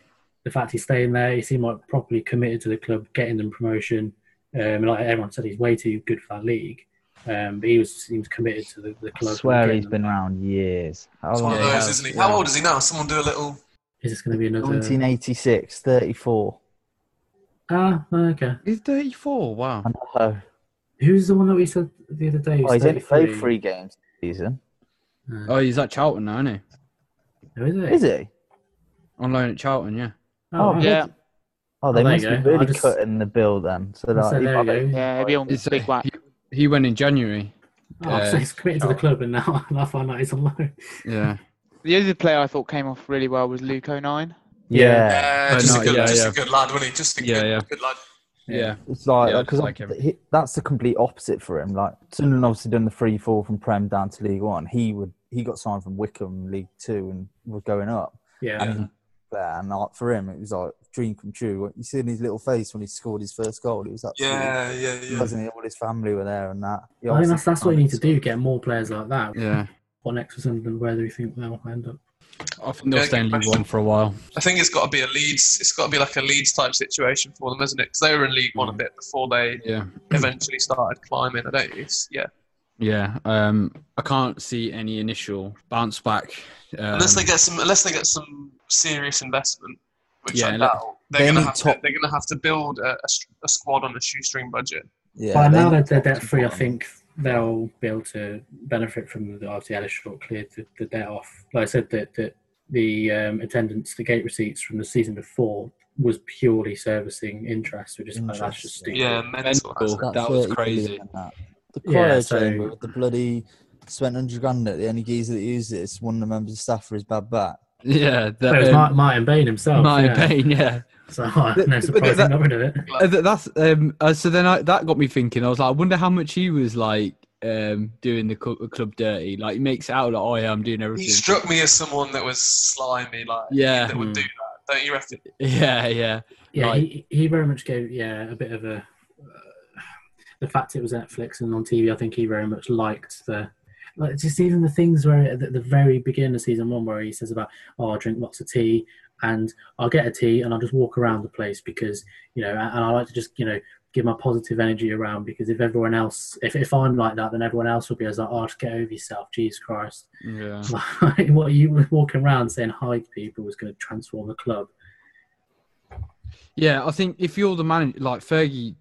the fact he's staying there, he seemed like properly committed to the club, getting them promotion. Um, and like everyone said, he's way too good for that league. Um, but he was seems committed to the, the I club. and swear getting he's them- been around years. How It's one long? of Yeah, he those, has, isn't he? yeah. How old is he now? Someone do a little. Is this going to be another? 1986, 34. Ah, okay. He's 34. Wow. I know. Who's the one that we said the other day? who's Oh, he's only played 33? three games this season. Oh, he's at Charlton now, isn't he? Oh, is it? Is he? On loan at Charlton, yeah. Oh, Oh, right. Yeah, Oh, they Oh, there must you be go. I really just- cutting the bill then. So that So there you go. yeah, he'll be on It's- big whack. He, he went in January. Oh, so he's committed to the club and now <laughs> I find out he's on loan. <laughs> Yeah. The other player I thought came off really well was Luke 09. yeah. Yeah, Oh, uh, just, no, a, good, yeah, just yeah. a good lad, wasn't he? Just a Yeah, good, yeah. good lad. Yeah. It's like Yeah, because like him. he- that's the complete opposite for him. Like Sunderland obviously done the free fall from Prem down to League One. He would he got signed from Wickham League Two and was going up. Yeah. And there and like for him it was like dream come true. You see in his little face when he scored his first goal, it was absolutely Yeah, yeah, yeah. buzzing. All his family were there and that. He I think obviously that's, that's what you signed need to do, get more players like that. Yeah. What next for Sunderland? Where do we think they'll end up? I think they'll Yeah, stay in good League One for a while. I think it's got to be a Leeds. It's got to be like a Leeds type situation for them, isn't it? Because they were in League One a bit before they Mm. Yeah. eventually started climbing. I don't. It's, yeah, Yeah. Um, I can't see any initial bounce back. Um, unless they get some, unless they get some serious investment, which Yeah, I like, doubt. they They're gonna need have to. top- They're gonna have to build a, a s- a squad on a shoestring budget. Yeah, By they now need that they're top debt free, I bottom. think they'll be able to benefit from the RTL is short cleared the, the debt off. Like I said, that the, the um, attendance, the gate receipts from the season before was purely servicing interest, which is like, that's just Interest, stupid. Yeah, mental. Mental. That's That was 30 crazy. million and that. The Yeah, choir so- chamber with the bloody spent hundred grand at the only geezer that used it. It's one of the members of staff for his bad back. Yeah. So That, it was um, Mar- Martin Bain himself. Martin yeah. Payne, yeah. So <laughs> no But- but surprise he that- got rid of it. Uh, th- that's um. Uh, so then I, that got me thinking. I was like, I wonder how much he was like um doing the club, club dirty. Like he makes it out like, oh yeah, I'm doing everything. He struck me as someone that was slimy, like Yeah. <laughs> that would do that. Don't you reckon? Yeah, yeah, Yeah, Like- he, he very much gave yeah a bit of a uh, the fact it was Netflix and on TV. I think he very much liked the like just even the things where at the, the very beginning of season one where he says about oh I drink lots of tea and I'll get a tea and I'll just walk around the place because you know and, and I like to just you know give my positive energy around because if everyone else if, if I'm like that then everyone else will be as like oh just get over yourself Jesus Chrisst yeah. <laughs> like what you were walking around saying hi to people was going to transform the club Yeah, I think if you're the manager, like Fergie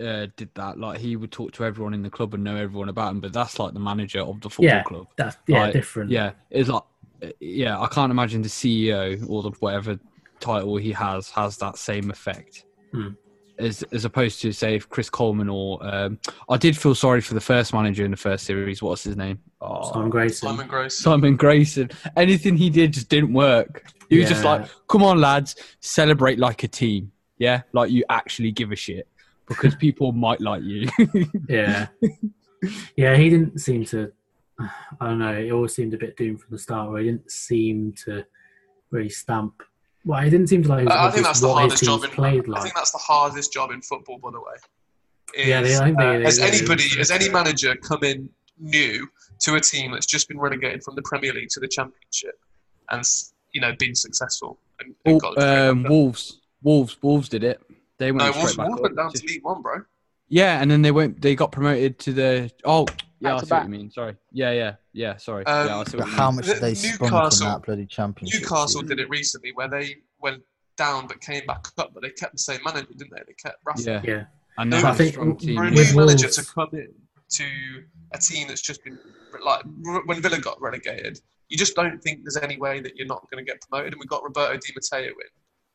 uh, did that, like he would talk to everyone in the club and know everyone about him. But that's like the manager of the football Yeah. club. that's yeah Like, different Yeah, it's like, uh, yeah, I can't imagine the CEO or the whatever title he has has that same effect. Hmm. As, as opposed to say if Chris Coleman or um, I did feel sorry for the first manager in the first series. What's his name? Simon Oh, Grayson. Simon Gross. Simon Grayson. Anything he did just didn't work. He was just Yeah. like, "Come on, lads, celebrate like a team. Yeah, like you actually give a shit because people might like <laughs> you." Yeah. yeah, he didn't seem to. I don't know. It always seemed a bit doomed from the start, where he didn't seem to really stamp. Well, he didn't seem to like. He was I, I think obvious that's the what his hardest job team's in. Played I like. think that's the hardest job in football, by the way. Yeah, they- I think they- uh, they has really- anybody, has any manager come in new to a team that's just been relegated from the Premier League to the Championship and s- you know been successful? And, and got it <laughs> straight um, back up? Wolves, Wolves, Wolves did it. They went no, straight Wolves, back Wolves up. went down to League One, bro. Yeah, and then they went. They got promoted to the. Oh, yeah, I to see what back. you mean. Sorry. Yeah, yeah, yeah. Sorry. Um, yeah, I see But what you how mean. much did they spunk Newcastle- in that bloody championship? Newcastle season? did it recently, where they went down but came back up, but they kept the same manager, didn't they? They kept Rafa. Yeah, yeah. and they I were a think strong team. For a With new yeah. manager Wolves- to come in to a team that's just been like when Villa got relegated, you just don't think there's any way that you're not going to get promoted. And we got Roberto Di Matteo in,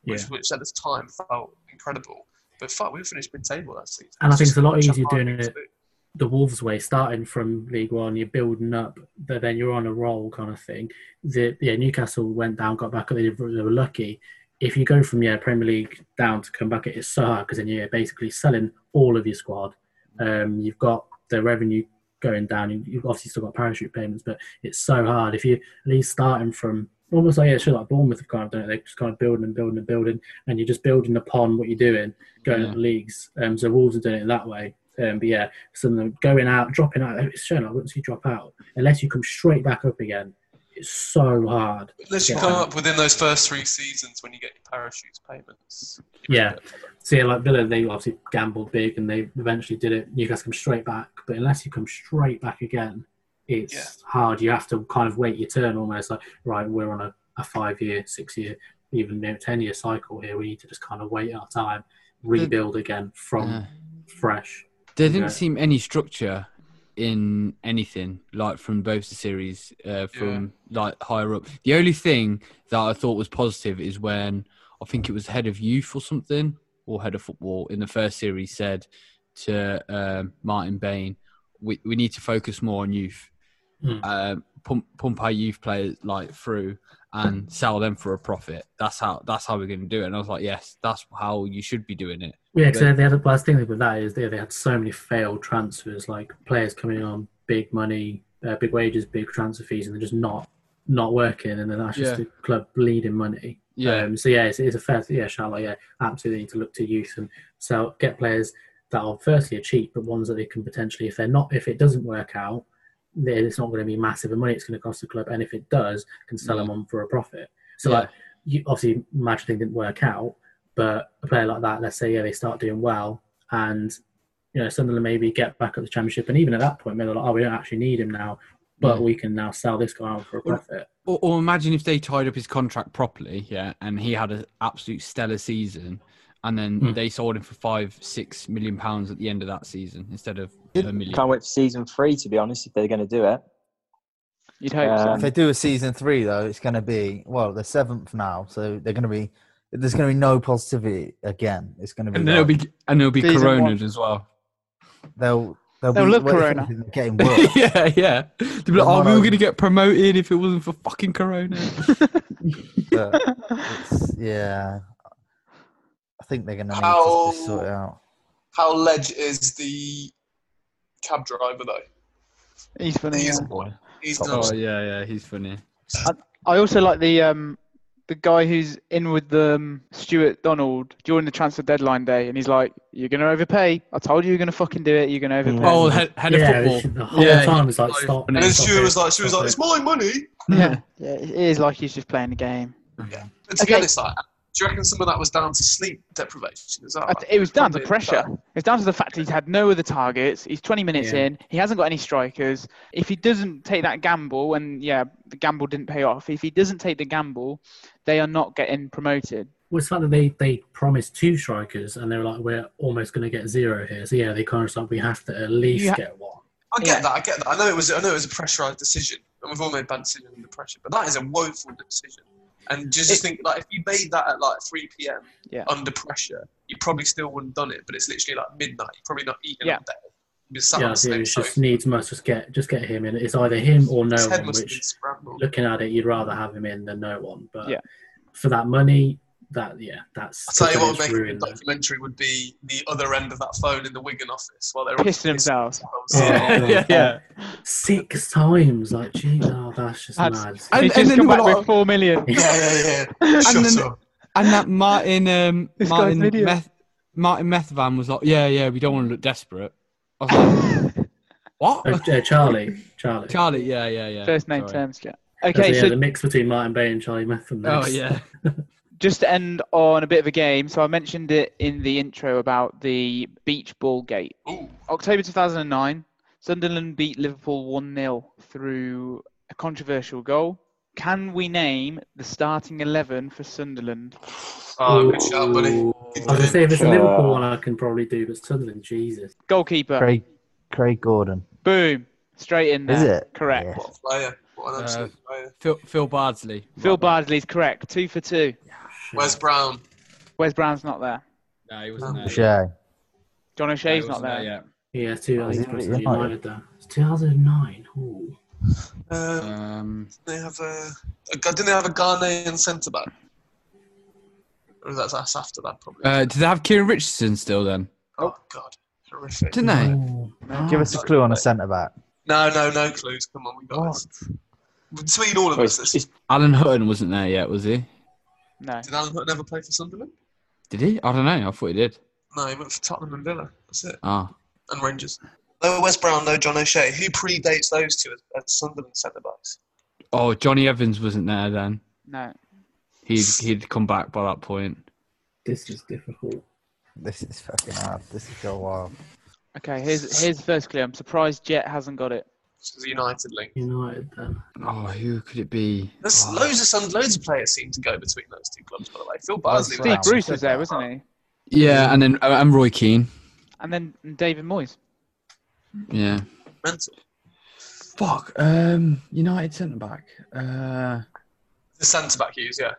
which, Yeah. which at the time felt incredible. But fuck, we finished mid-table that season. And I think it's a lot It's just easier hard doing to it do. the Wolves way, starting from League One, you're building up, but then you're on a roll kind of thing. The yeah, Newcastle went down, got back up. They were they were lucky. If you go from yeah Premier League down to come back, it's so hard because then you're basically selling all of your squad. Um, you've got the revenue going down. You- You've obviously still got parachute payments, but it's so hard. If you at least starting from almost like yeah, sure like Bournemouth have kind of done it. They're just kind of building and building and building, and you're just building upon what you're doing, going Yeah. up the leagues. Um, so Wolves are doing it that way. Um, but yeah, some of them going out, dropping out. It's showing like once you drop out, unless you come straight back up again, it's so hard. Unless you Yeah. come up within those first three seasons when you get your parachute payments. Yeah. So yeah, like Villa, they obviously gambled big and they eventually did it. You guys come straight back, but unless you come straight back again, it's Yeah. hard. You have to kind of wait your turn almost. Like right, we're on a, a five year, six year, even you know, ten year cycle here. We need to just kind of wait our time rebuild again from Yeah. fresh. There didn't Yeah. seem any structure in anything like from both the series, uh, from like higher up. The only thing that I thought was positive is when I think it was head of youth or something or head of football in the first series said to um Martin Bain, "We we need to focus more on youth, Mm. um, pump pump our youth players like through." And sell them for a profit. That's how. That's how we're going to do it. And I was like, yes, that's how you should be doing it. Yeah, because But- they had the last thing with that is they, they had so many failed transfers, like players coming on big money, uh, big wages, big transfer fees, and they're just not not working, and then that's just Yeah. the club bleeding money. Yeah, Um, so yeah, it's, it's a fair yeah, shout like yeah, absolutely need to look to youth and so get players that are firstly are cheap, but ones that they can potentially if they're not if it doesn't work out, then it's not going to be massive in money. It's going to cost the club, and if it does, can sell them on for a profit. So Mm. Yeah. like you, obviously, Magic thing didn't work out, but a player like that, let's say yeah, they start doing well, and you know Sunderland maybe get back at the championship, and even at that point, maybe they're like, oh, we don't actually need him now, but Yeah. we can now sell this guy on for a Mm. Well, profit. Or, or imagine if they tied up his contract properly, yeah, and he had an absolute stellar season, and then Hmm. they sold him for five, six million pounds at the end of that season instead of a million. Can't wait for season three, to be honest, if they're going to do it. You'd hope Uh, If so. they do a season three, though, it's going to be well, they're seventh now, so they're going to be there's going to be no positivity again. It's going to be And then it'll like- be and it'll be Season coroned one. as well. they'll they'll, They'll be, love well, if Corona. anything, they're getting <laughs> worse. yeah, yeah. They'll be like, oh, we They're not were over- going to get promoted if it wasn't for fucking corona. but it's, yeah, I think they're going to need to just sort it out. How ledge is the cab driver though? He's funny. He's- yeah. He's not. oh yeah, yeah. He's funny. I also like the um the guy who's in with the um, Stuart Donald during the transfer deadline day, and he's like, "You're gonna overpay. I told you you're gonna fucking do it. You're gonna overpay." Oh, head, head yeah, of the football. whole Yeah, time it's like he's stop. And And then then stop Stuart it, was like, she was stop like, it. it's my money. <laughs> yeah, yeah. It is like he's just playing the game. And to Okay. be honest, like, do you reckon some of that was down to sleep deprivation? Is that I right? th- It was down to Probably. pressure. It's down to the fact he's had no other targets. He's 20 minutes in. He hasn't got any strikers. If he doesn't take that gamble, and yeah, the gamble didn't pay off. If he doesn't take the gamble, they are not getting promoted. Well, it's the fact that they, they promised two strikers and they were like, we're almost going to get zero here. So, yeah, they kind of like, we have to at least You ha- get one. I get Yeah. that. I get that. I know it was. I know it was a pressurized decision, and we've all made bad decisions under pressure. But that is a woeful decision. And just It- think, like, if you made that at like 3 p.m. Yeah. under pressure, you probably still wouldn't have done it. But it's literally like midnight. You're probably not eating Yeah. all day. You've been sat yeah, on I the think same it's just sofa. needs must just get just get him in. It's either him or no His head one, must have been which scrambled. looking at it, you'd rather have him in than no one. But Yeah. for that money, that, yeah, that's I'll tell you what it's would make a good ruined it. documentary would be the other end of that phone in the Wigan office while they're all Pissing themselves. themselves. Yeah. Yeah. <laughs> yeah, yeah. Six times. Like, geez, oh, that's just That's- mad. And- he's and just come then there back were a lot with of- four million. <laughs> <laughs> yeah, yeah. <laughs> And Shut then- up. And that Martin um, <laughs> This guy's Martin an idiot. Meth, Martin Methavan was like, yeah, yeah, we don't want to look desperate. I was <laughs> like, Oh, what? uh, Charlie. Charlie. Charlie, yeah, yeah, yeah. First name Sorry. terms, yeah. That's, Okay, yeah, so the mix between Martin Bay and Charlie Metham. Oh next. yeah, just to end on a bit of a game, so I mentioned it in the intro about the beach ball gate. Ooh. October 2009, Sunderland beat Liverpool 1 0 through a controversial goal. Can we name the starting 11 for Sunderland? Oh, good shout, buddy. I was going to say, if it's a Sure. Liverpool one, I can probably do, but Sunderland, Jesus. Goalkeeper, Craig Craig Gordon, boom, straight in there. is it? Correct. Yeah. What a player. What an Uh, absolute player. Phil, Phil Bardsley. Phil Bardsley's correct, two for two. Where's Brown? Wes Brown's not there. No, he wasn't there. yet. Shay. John No, he O'Shea's not wasn't there. yet. Yeah, two, I Oh, think yeah, that's yeah, the United there. It's 2009. Ooh. Um, Um, they have a, a. Didn't they have a Ghanaian centre back? Or that's, that's after that, probably. uh, did they have Kieran Richardson still then? oh, God. Horrific. Didn't they? Ooh. Oh. Give us a clue on a centre back. No, no, no clues. Come on, we got What? this. Oh. Between all of Well, us, it's, this, it's, did Alan Hutton wasn't there yet, was he? No. Alan Hutton ever play for Sunderland? Did he? I don't know. I thought he did. No, he went for Tottenham and Villa. That's it. Ah, And Rangers. No Wes Brown, no John O'Shea. Who predates those two as, as Sunderland centre backs? oh, Johnny Evans wasn't there then. No. He'd he'd come back by that point. This is difficult. This is fucking hard. This is so wild. Okay, here's here's the first clue. I'm surprised Jet hasn't got it. This is a United link. United then. Oh, who could it be? There's Oh. loads of Sun, loads of players seem to go between those two clubs. By the way, Phil Barsley. Wes was Steve Brown. Bruce was there, wasn't he? Yeah, and then uh, and Roy Keane. And then David Moyes. Yeah. Mental. Fuck. Um, United centre back. Uh, The centre back Hughes, yeah.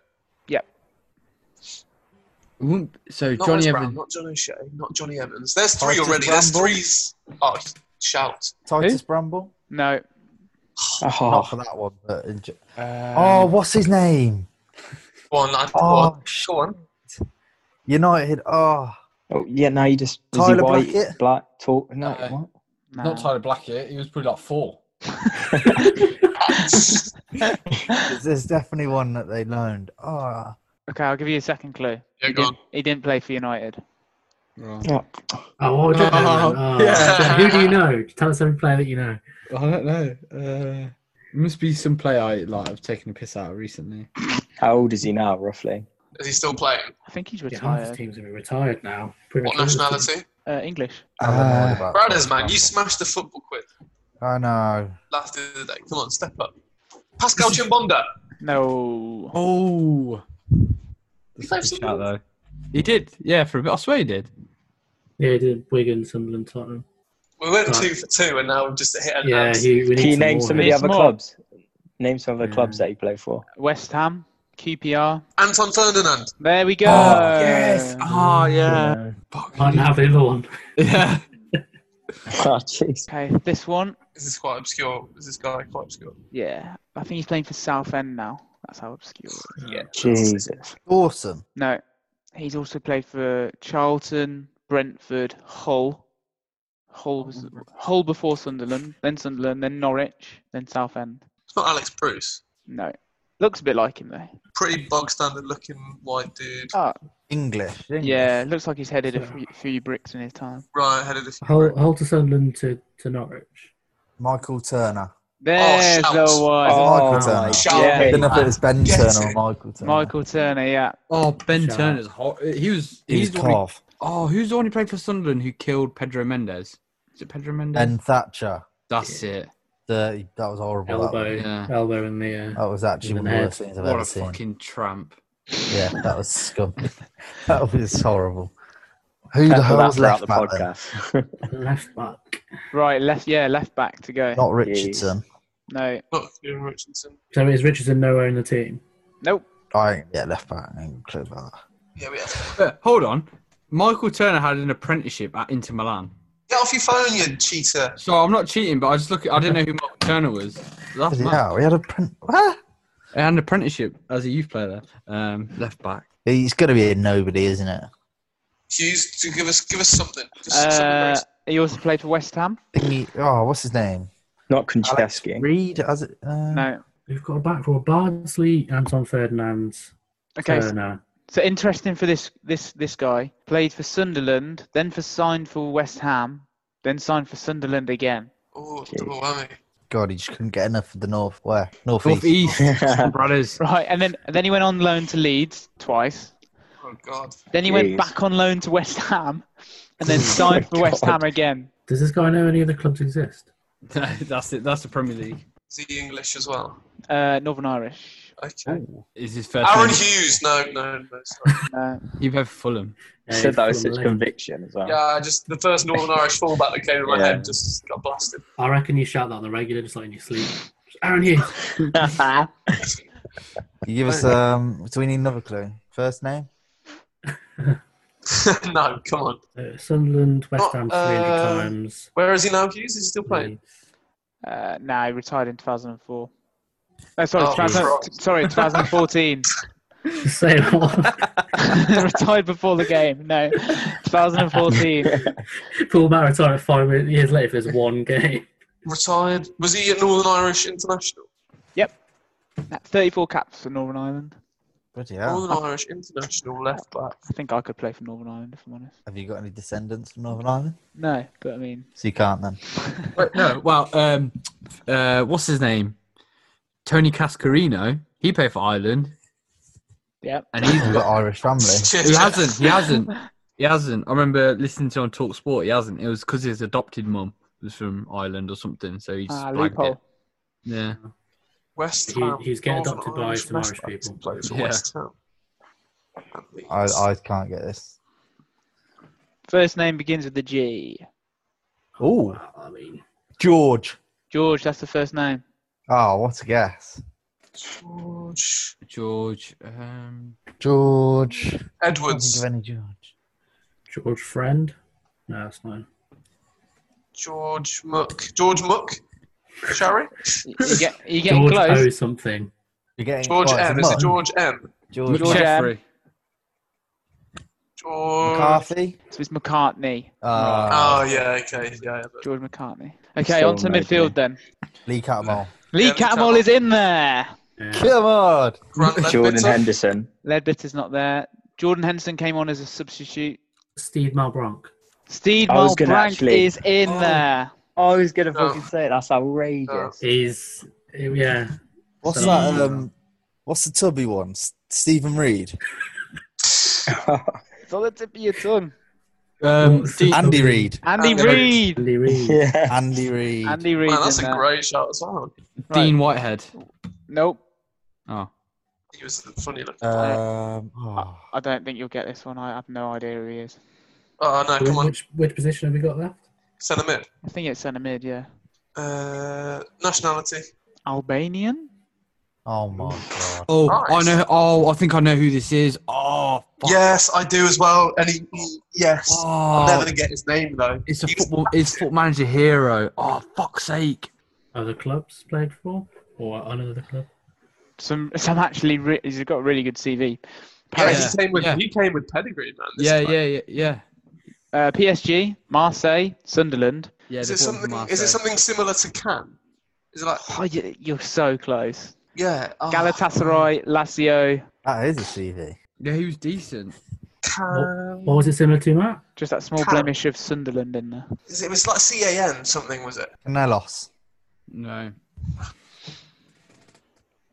it wouldn't- so Not Johnny Wes Evans. Brown, not John O'Shea, not Johnny Evans. There's three Titus already. There's Bramble. three. Oh, shout. Titus Bramble. No. Oh, Not for that one, but in ge- uh, Um, oh, what's his name? Go on, lad. Go Oh, on. sh- Go on. United. Oh, Oh yeah, now you just is Tyler he white, Blackett? black, tall. No, Uh, what? no. Not Tyler Blackett. He was probably like four. there's- there's definitely one that they loaned. Oh, Okay, I'll give you a second clue. Yeah, he, go didn't, he didn't play for United. Oh, <laughs> what would you Oh, know? then? Oh, yeah. Who do you know? Tell us every player that you know. I don't know. Uh, must be some player I like. I've taken a piss out of recently. How old is he now, roughly? Is he still playing? I think he's Yeah, half his retired. teams have been retired now. Pretty What much all his nationality? Uh, English. I don't know Uh, what about Brothers, man, Bramble. you smashed the football quiz I know. last the other day. Come on, step up. Pascal Chimbonda. No. Oh, He played for Shout Sunderland. though. he did. Yeah, for a bit. I swear he did. Yeah, he did Wigan, Sunderland, Tottenham. We went Right. two for two, and now we've just hit an Yeah, abs. he, we need Can you some name more some of the Need here. some other more. clubs? Name some of the Yeah. clubs that he played for. <laughs> West Ham. QPR. Anton Ferdinand. There we go. Oh, Oh yeah. Yeah. Fuck. Can't have the other one. Yeah. Oh jeez. Okay, this one. This is quite obscure. This is guy quite obscure. Yeah, I think he's playing for Southend now. That's how obscure. it is. Yeah. Jesus. Awesome. No, he's also played for Charlton, Brentford, Hull. Hull, was, Hull before Sunderland, then Sunderland, then Norwich, then Southend. It's not Alex Bruce. No, looks a bit like him though. Pretty bog standard looking white dude. Ah, English. English. yeah, looks like he's headed a few, few bricks in his time. Right, headed a few. Hull, Hull to Sunderland to, to Norwich. Michael Turner. There's shout. the one. Oh, Michael my Turner. Shout. Yeah. I don't know if it was Ben Get Turner it. or Michael Turner. Michael Turner, yeah. Oh, Ben Shout Turner's hot. He was. He was the one who- calf. oh, who's the one who played for Sunderland who killed Pedro Mendes? Is it Pedro Mendes? Ben Thatcher. That's it. The, that was horrible. That, Elbow, one. Yeah. elbow in the. Uh, that was actually one of the worst things I've What ever a seen. fucking tramp. Yeah, that was scum. <laughs> that was horrible. Who the Tackle that hell's left throughout the back then? podcast. Left back. Right, left, yeah, left back to go. Not Richardson. No, Not Kieran Richardson. So is Richardson no owner team? nope. I ain't, yeah, left back. I ain't clue about that. Yeah, we have. Uh, hold on. Michael Turner had an apprenticeship at Inter Milan. Get off your phone, you cheater. So I'm not cheating, but I just look. I didn't know who Michael Turner was. That's Bloody mad. hell, he had a print. What? I had an apprenticeship as a youth player there, um, left back. He's going to be a nobody, isn't it? Hughes, to give us give us something. Just something Uh, nice. he also played for West Ham. He, oh, what's his name? Not Alex Konchesky. Reed? Has it, uh, No. We've got a back row: Bardsley, Anton Ferdinand, Okay, so Turner. So interesting for this this this guy played for Sunderland, then for signed for West Ham, then signed for Sunderland again. Oh, double whammy. God, he just couldn't get enough of the North. Where? North, North <laughs> East. East brothers. Right, and then and then he went on loan to Leeds twice. Oh God. Then he went Jeez. back on loan to West Ham, and then signed for West Ham God. again. Does this guy know any other clubs exist? that's it. That's the Premier League. Is he English as well? Uh, Northern Irish. Okay. Is his first Aaron name- Hughes. No, no, no. Sorry. Uh, He played for Fulham. Yeah, said that with Fulham such Lane. conviction as well. yeah, I just the first Northern Irish fullback that came in my Yeah. head just got blasted. I reckon you shout that on the regular, just like in your sleep. Aaron Hughes. You give us, um, do we need another clue? First name? <laughs> no, come on. Uh, Sunderland, West Oh, Ham, 300 uh, times. Where is he now, Hughes? Is he still playing? uh, nah, he retired in 2004. No, sorry, Oh, 2000 Christ. sorry, 2014. <laughs> Say what? retired before the game. No, 2014. Paul Matt retired five years later for his one game. Retired. Was he at Northern Irish International? That's 34 caps for Northern Ireland. Bloody hell. Northern Irish International left back. I think I could play for Northern Ireland if I'm honest. Have you got any descendants from Northern Ireland? No, but I mean, So you can't then. Wait, no, well, um, uh, what's his name? Tony Cascarino. He played for Ireland, yeah. and <laughs> he's You've got Irish family. he hasn't. He hasn't. He hasn't. I remember listening to him on Talk Sport. He hasn't. It was because his adopted mum was from Ireland or something, so he just Ah, blagged it. loophole. Yeah. West He- Ham. he's getting Northern adopted by some left Irish back. people. He plays for Yeah. West Ham. I, I can't get this. First name begins with the G. Oh, I mean, George. George, that's the first name. Oh, what a guess. George. George. Um, George. Can't think Edwards. of any George. George Friend. No, that's not. him. George Muck. George Muck. Shall You- You get, you're getting George close. O something. You're we? getting George oh, it's M. Is it Mutton. George M? George, George M. McCaffrey. George. McCarthy. So it's McCartney. Oh Uh, yeah. Okay. Yeah. but- George McCartney. Okay, Still on to no midfield clue. then. Lee Catmull. Lee Yeah, Catmull is in there. Yeah. Come on. Grant Jordan Ledbetter? Henderson. Ledbitter's not there. Jordan Henderson came on as a substitute. Steve Malbronk. Steve I was gonna Malbrank actually- is in Oh. there. I was gonna No. fucking say it. That's outrageous. Is yeah. What's So- that? Um, what's the tubby one? S- Stephen Reed. <laughs> It's on the tip of your tongue. Um, What's D- the- Andy <laughs> Reed. Andy Andy Reed. Andy Reid. yeah. Andy Reed. Andy Reed. Man, that's in a there. great shot as well. Right. Dean Whitehead. Nope. Oh, He was funny looking. Um, oh, I don't think you'll get this one. I have no idea who he is. oh no! Come on. Which which position have we got left? Send him in. I think it's centre mid, yeah. Uh, nationality. Albanian? oh my god. oh, Nice. I know. Oh, I think I know who this is. Oh, fuck. Yes, I do as well. And he, he- yes. I'm never Oh, gonna get his name though. it's a He was football. It's football manager hero. Oh, fuck's sake. Other clubs played for, or on another club? Some, <laughs> some actually. Re- he's got a really good CV. Yeah, Paris, he came with Yeah. he came with pedigree, man. This Yeah, guy. yeah, yeah, yeah. uh, PSG, Marseille, Sunderland. Yeah, Is they it bought him from something? Is it Marseille. something similar to Can? Is it like Oh, you, you're so close. yeah? Oh, Galatasaray, Lazio. That is a CV. Yeah, he was decent. Can. What was it similar to, Matt? Just that small Cal- blemish of Sunderland in there. Is it it was like C A N something? Was it? Canelos. No.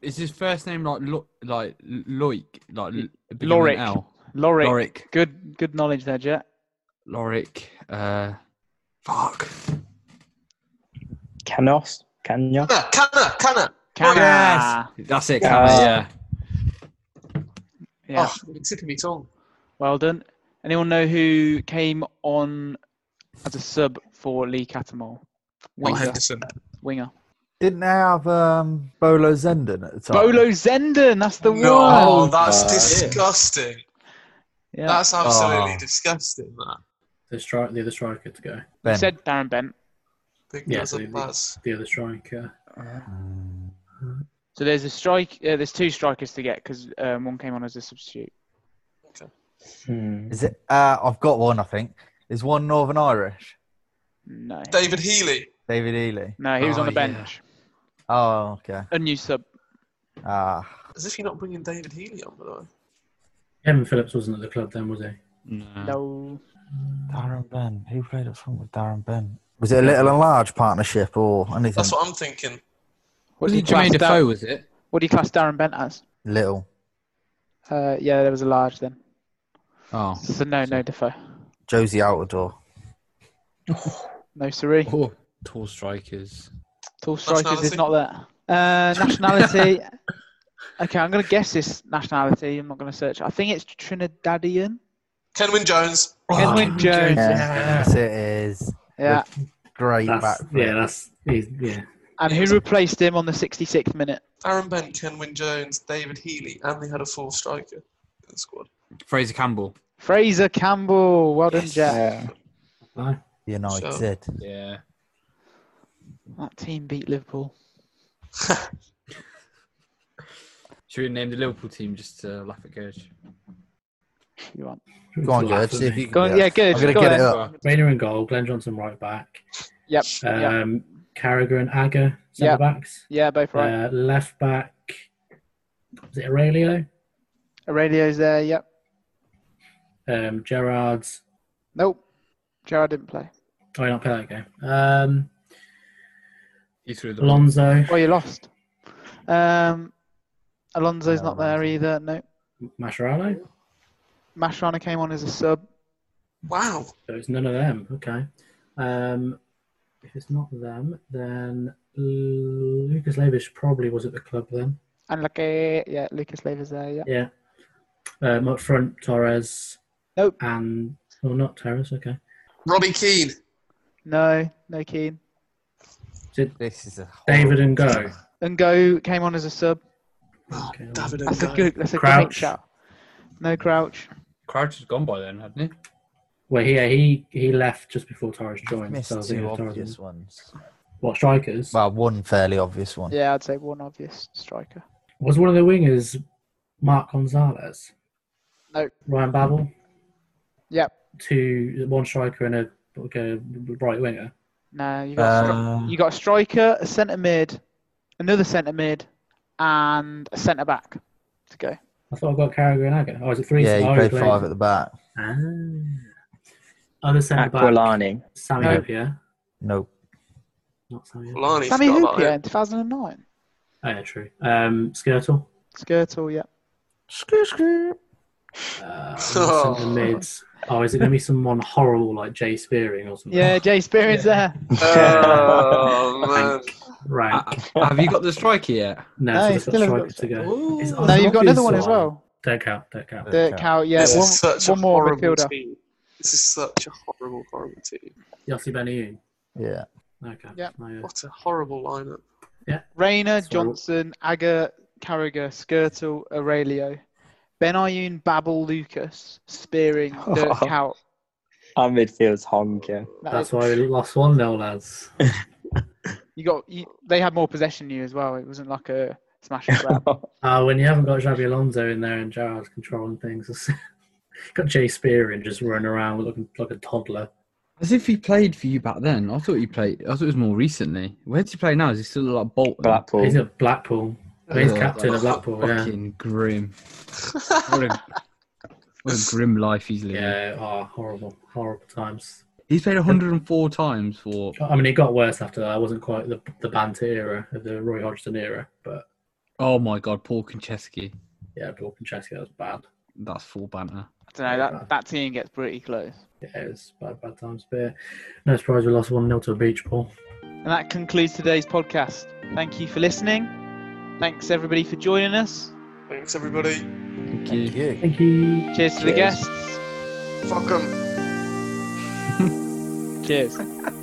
Is his first name like Lo- like Loic? Like L- begin with an Lorik. L? Lorick. Lorik. Good, good knowledge there, Jet. Lorik. Uh, fuck. Canos. Canya. Canna, Canna, Canna. Oh, Can- Ah. That's it. Yeah. Cam, yeah. Yeah. Oh, it's tipping me tongue. Well done. Anyone know who came on as a sub for Lee Catamol? Not Winger. Oh, Henderson. Winger. Didn't they have um, Bolo Zenden at the time? Bolo Zenden. That's the No, one. that's Uh, disgusting. Yeah. That's absolutely Oh. disgusting. That The strike, the other striker to go. You Ben. said Darren Bent. big Yeah, that's, absolutely. that's The other striker. Mm. So there's a strike. Uh, there's two strikers to get because um, one came on as a substitute. Hmm. Is it? Uh, I've got one. I think is one Northern Irish. No. David Healy. David Ely. No, he was Oh, on the yeah. bench. Oh, okay. A new sub. Ah, As if you're not bringing David Healy on, by the way. Kevin Phillips wasn't at the club then, was he? No. No. Darren Ben. Who played up front with Darren Ben? Was it a little and large partnership or anything? That's what I'm thinking. What Was do you it class? Jermaine Dar- Defoe? Was it? what do you class Darren Bent as? Little. Uh, yeah, there was a large then. Oh. So no, no Defoe. Josie Outdoor. No Siri. oh. Tall strikers. Tall strikers is not there. Uh, nationality. okay, I'm going to guess this nationality. I'm not going to search. I think it's Trinidadian. Kenwin Jones. Oh. Kenwin Jones. Yeah. Yes, it is. Yeah. Great That's, back. yeah, that's he's, yeah. And who replaced him on the 66th minute? Aaron Bent, Kenwin Jones, David Healy, and they had a full striker in the squad. Fraser Campbell. Fraser Campbell. Well done, Jack. Yeah. No. United. Yeah. That team beat Liverpool. Should we name the Liverpool team just to laugh at Gage? You want? Go on, Laugh Gerd. at See if me. you can Go on, do yeah, it. good. I'm gonna go get on. it up. Rayner in goal. Glenn Johnson right back. Yep. yeah. Um, Carragher and Agger centre Yeah. backs. yeah, both right. Uh, left back. Was it Aurelio? Aurelio's there. Yep. Um, Gerard's. Nope. Gerard didn't play. Oh, he not play that game. Um, You threw the ball. Alonso. Oh, you lost. Um, Alonso's No, not there either. No. Mascherano. Mascherano came on as a sub. Wow. So it's none of them. Okay. Um, if it's not them, then Lucas Levish probably was at the club then. And like, yeah, Lucas Leiva's there. Yeah. Yeah. Um, up front, Uh, Torres. Nope. And Oh, not Terrace. Okay. Robbie Keane. No, no Keane. Did This is a David and Go. Oh, Ungo came on as a sub. Okay. David That's a Ngaya. good. That's a Crouch. good shout. No crouch. Crouch has gone by then, hadn't he? Well, he, yeah, he he left just before Torres joined. missed So I think two it was Torres. obvious ones. What strikers? Well, one fairly obvious one. Yeah, I'd say one obvious striker. Was one of the wingers Mark Gonzalez? No. Ryan Babel. Yep. Two, one striker and a, like a right winger. No, you got a stri- you got a striker, a centre mid, another centre mid, and a centre back to go. I thought I got Carragher and Agger. Oh, is it three? Yeah, he oh, played five at the back. Ah. Other centre back. Aquilani. Sammy No. Hopia. Nope. Not Sammy. Hopia. Lani Sammy forgot about Hoopier him. in 2009. Oh, yeah, true. Um, Skirtle. <laughs> Skirtle, yeah. Uh, what's in the mids. Oh, is it going to be someone horrible like Jay Spearing or something? <laughs> Yeah, Jay Spearing's there. <laughs> Oh, man. Rank. Have you got the striker <laughs> yet? no, No, so he's they've got still strikers to go. It's- oh, No, it's you've got another obvious one as well. Don't count. Don't count. The cow, yeah. This one, is such one a more horrible midfielder. team. This is such a horrible, horrible team. Yossi Benayoun. Yeah. Okay. Yeah. No, yeah. What a horrible lineup. Rayner, That's horrible. Johnson, Agger, Carragher, Skirtle, Aurelio, Ben Ayoun, Babel, Lucas, <laughs> Spearing, Dirk Cow. Our midfield's honker. That That's is- why <laughs> we lost one nil, lads. you got. You, they had more possession than you as well. It wasn't like a smash and <laughs> grab. Uh, when you haven't got Xabi Alonso in there and Gerrard's controlling things, <laughs> it's- got Jay Spearing just running around looking like a toddler. As if he played for you back then. I thought he played. I thought it was more recently. Where does he play now? Is he still like Bolton? He's Blackpool. at Blackpool. I mean, he's Ugh, captain of Blackpool. Yeah. Fucking <laughs> grim. What a, what a grim life he's living. Yeah. Oh, horrible, horrible times. He's played 104 times for. I mean, it got worse after that. I wasn't quite the the banter era of the Roy Hodgson era, but Oh my god, Paul Konchesky. yeah, Paul Franceschi, that was bad. That's full banter. I don't know. That that team gets pretty close. Yeah, it was bad, bad times. But yeah, no surprise we lost one nil to a beach ball. And that concludes today's podcast. Thank you for listening. Thanks everybody for joining us. Thanks, everybody. Thank you. Thank you. Thank you. Cheers to the Cheers. guests. Fuck 'em. Cheers.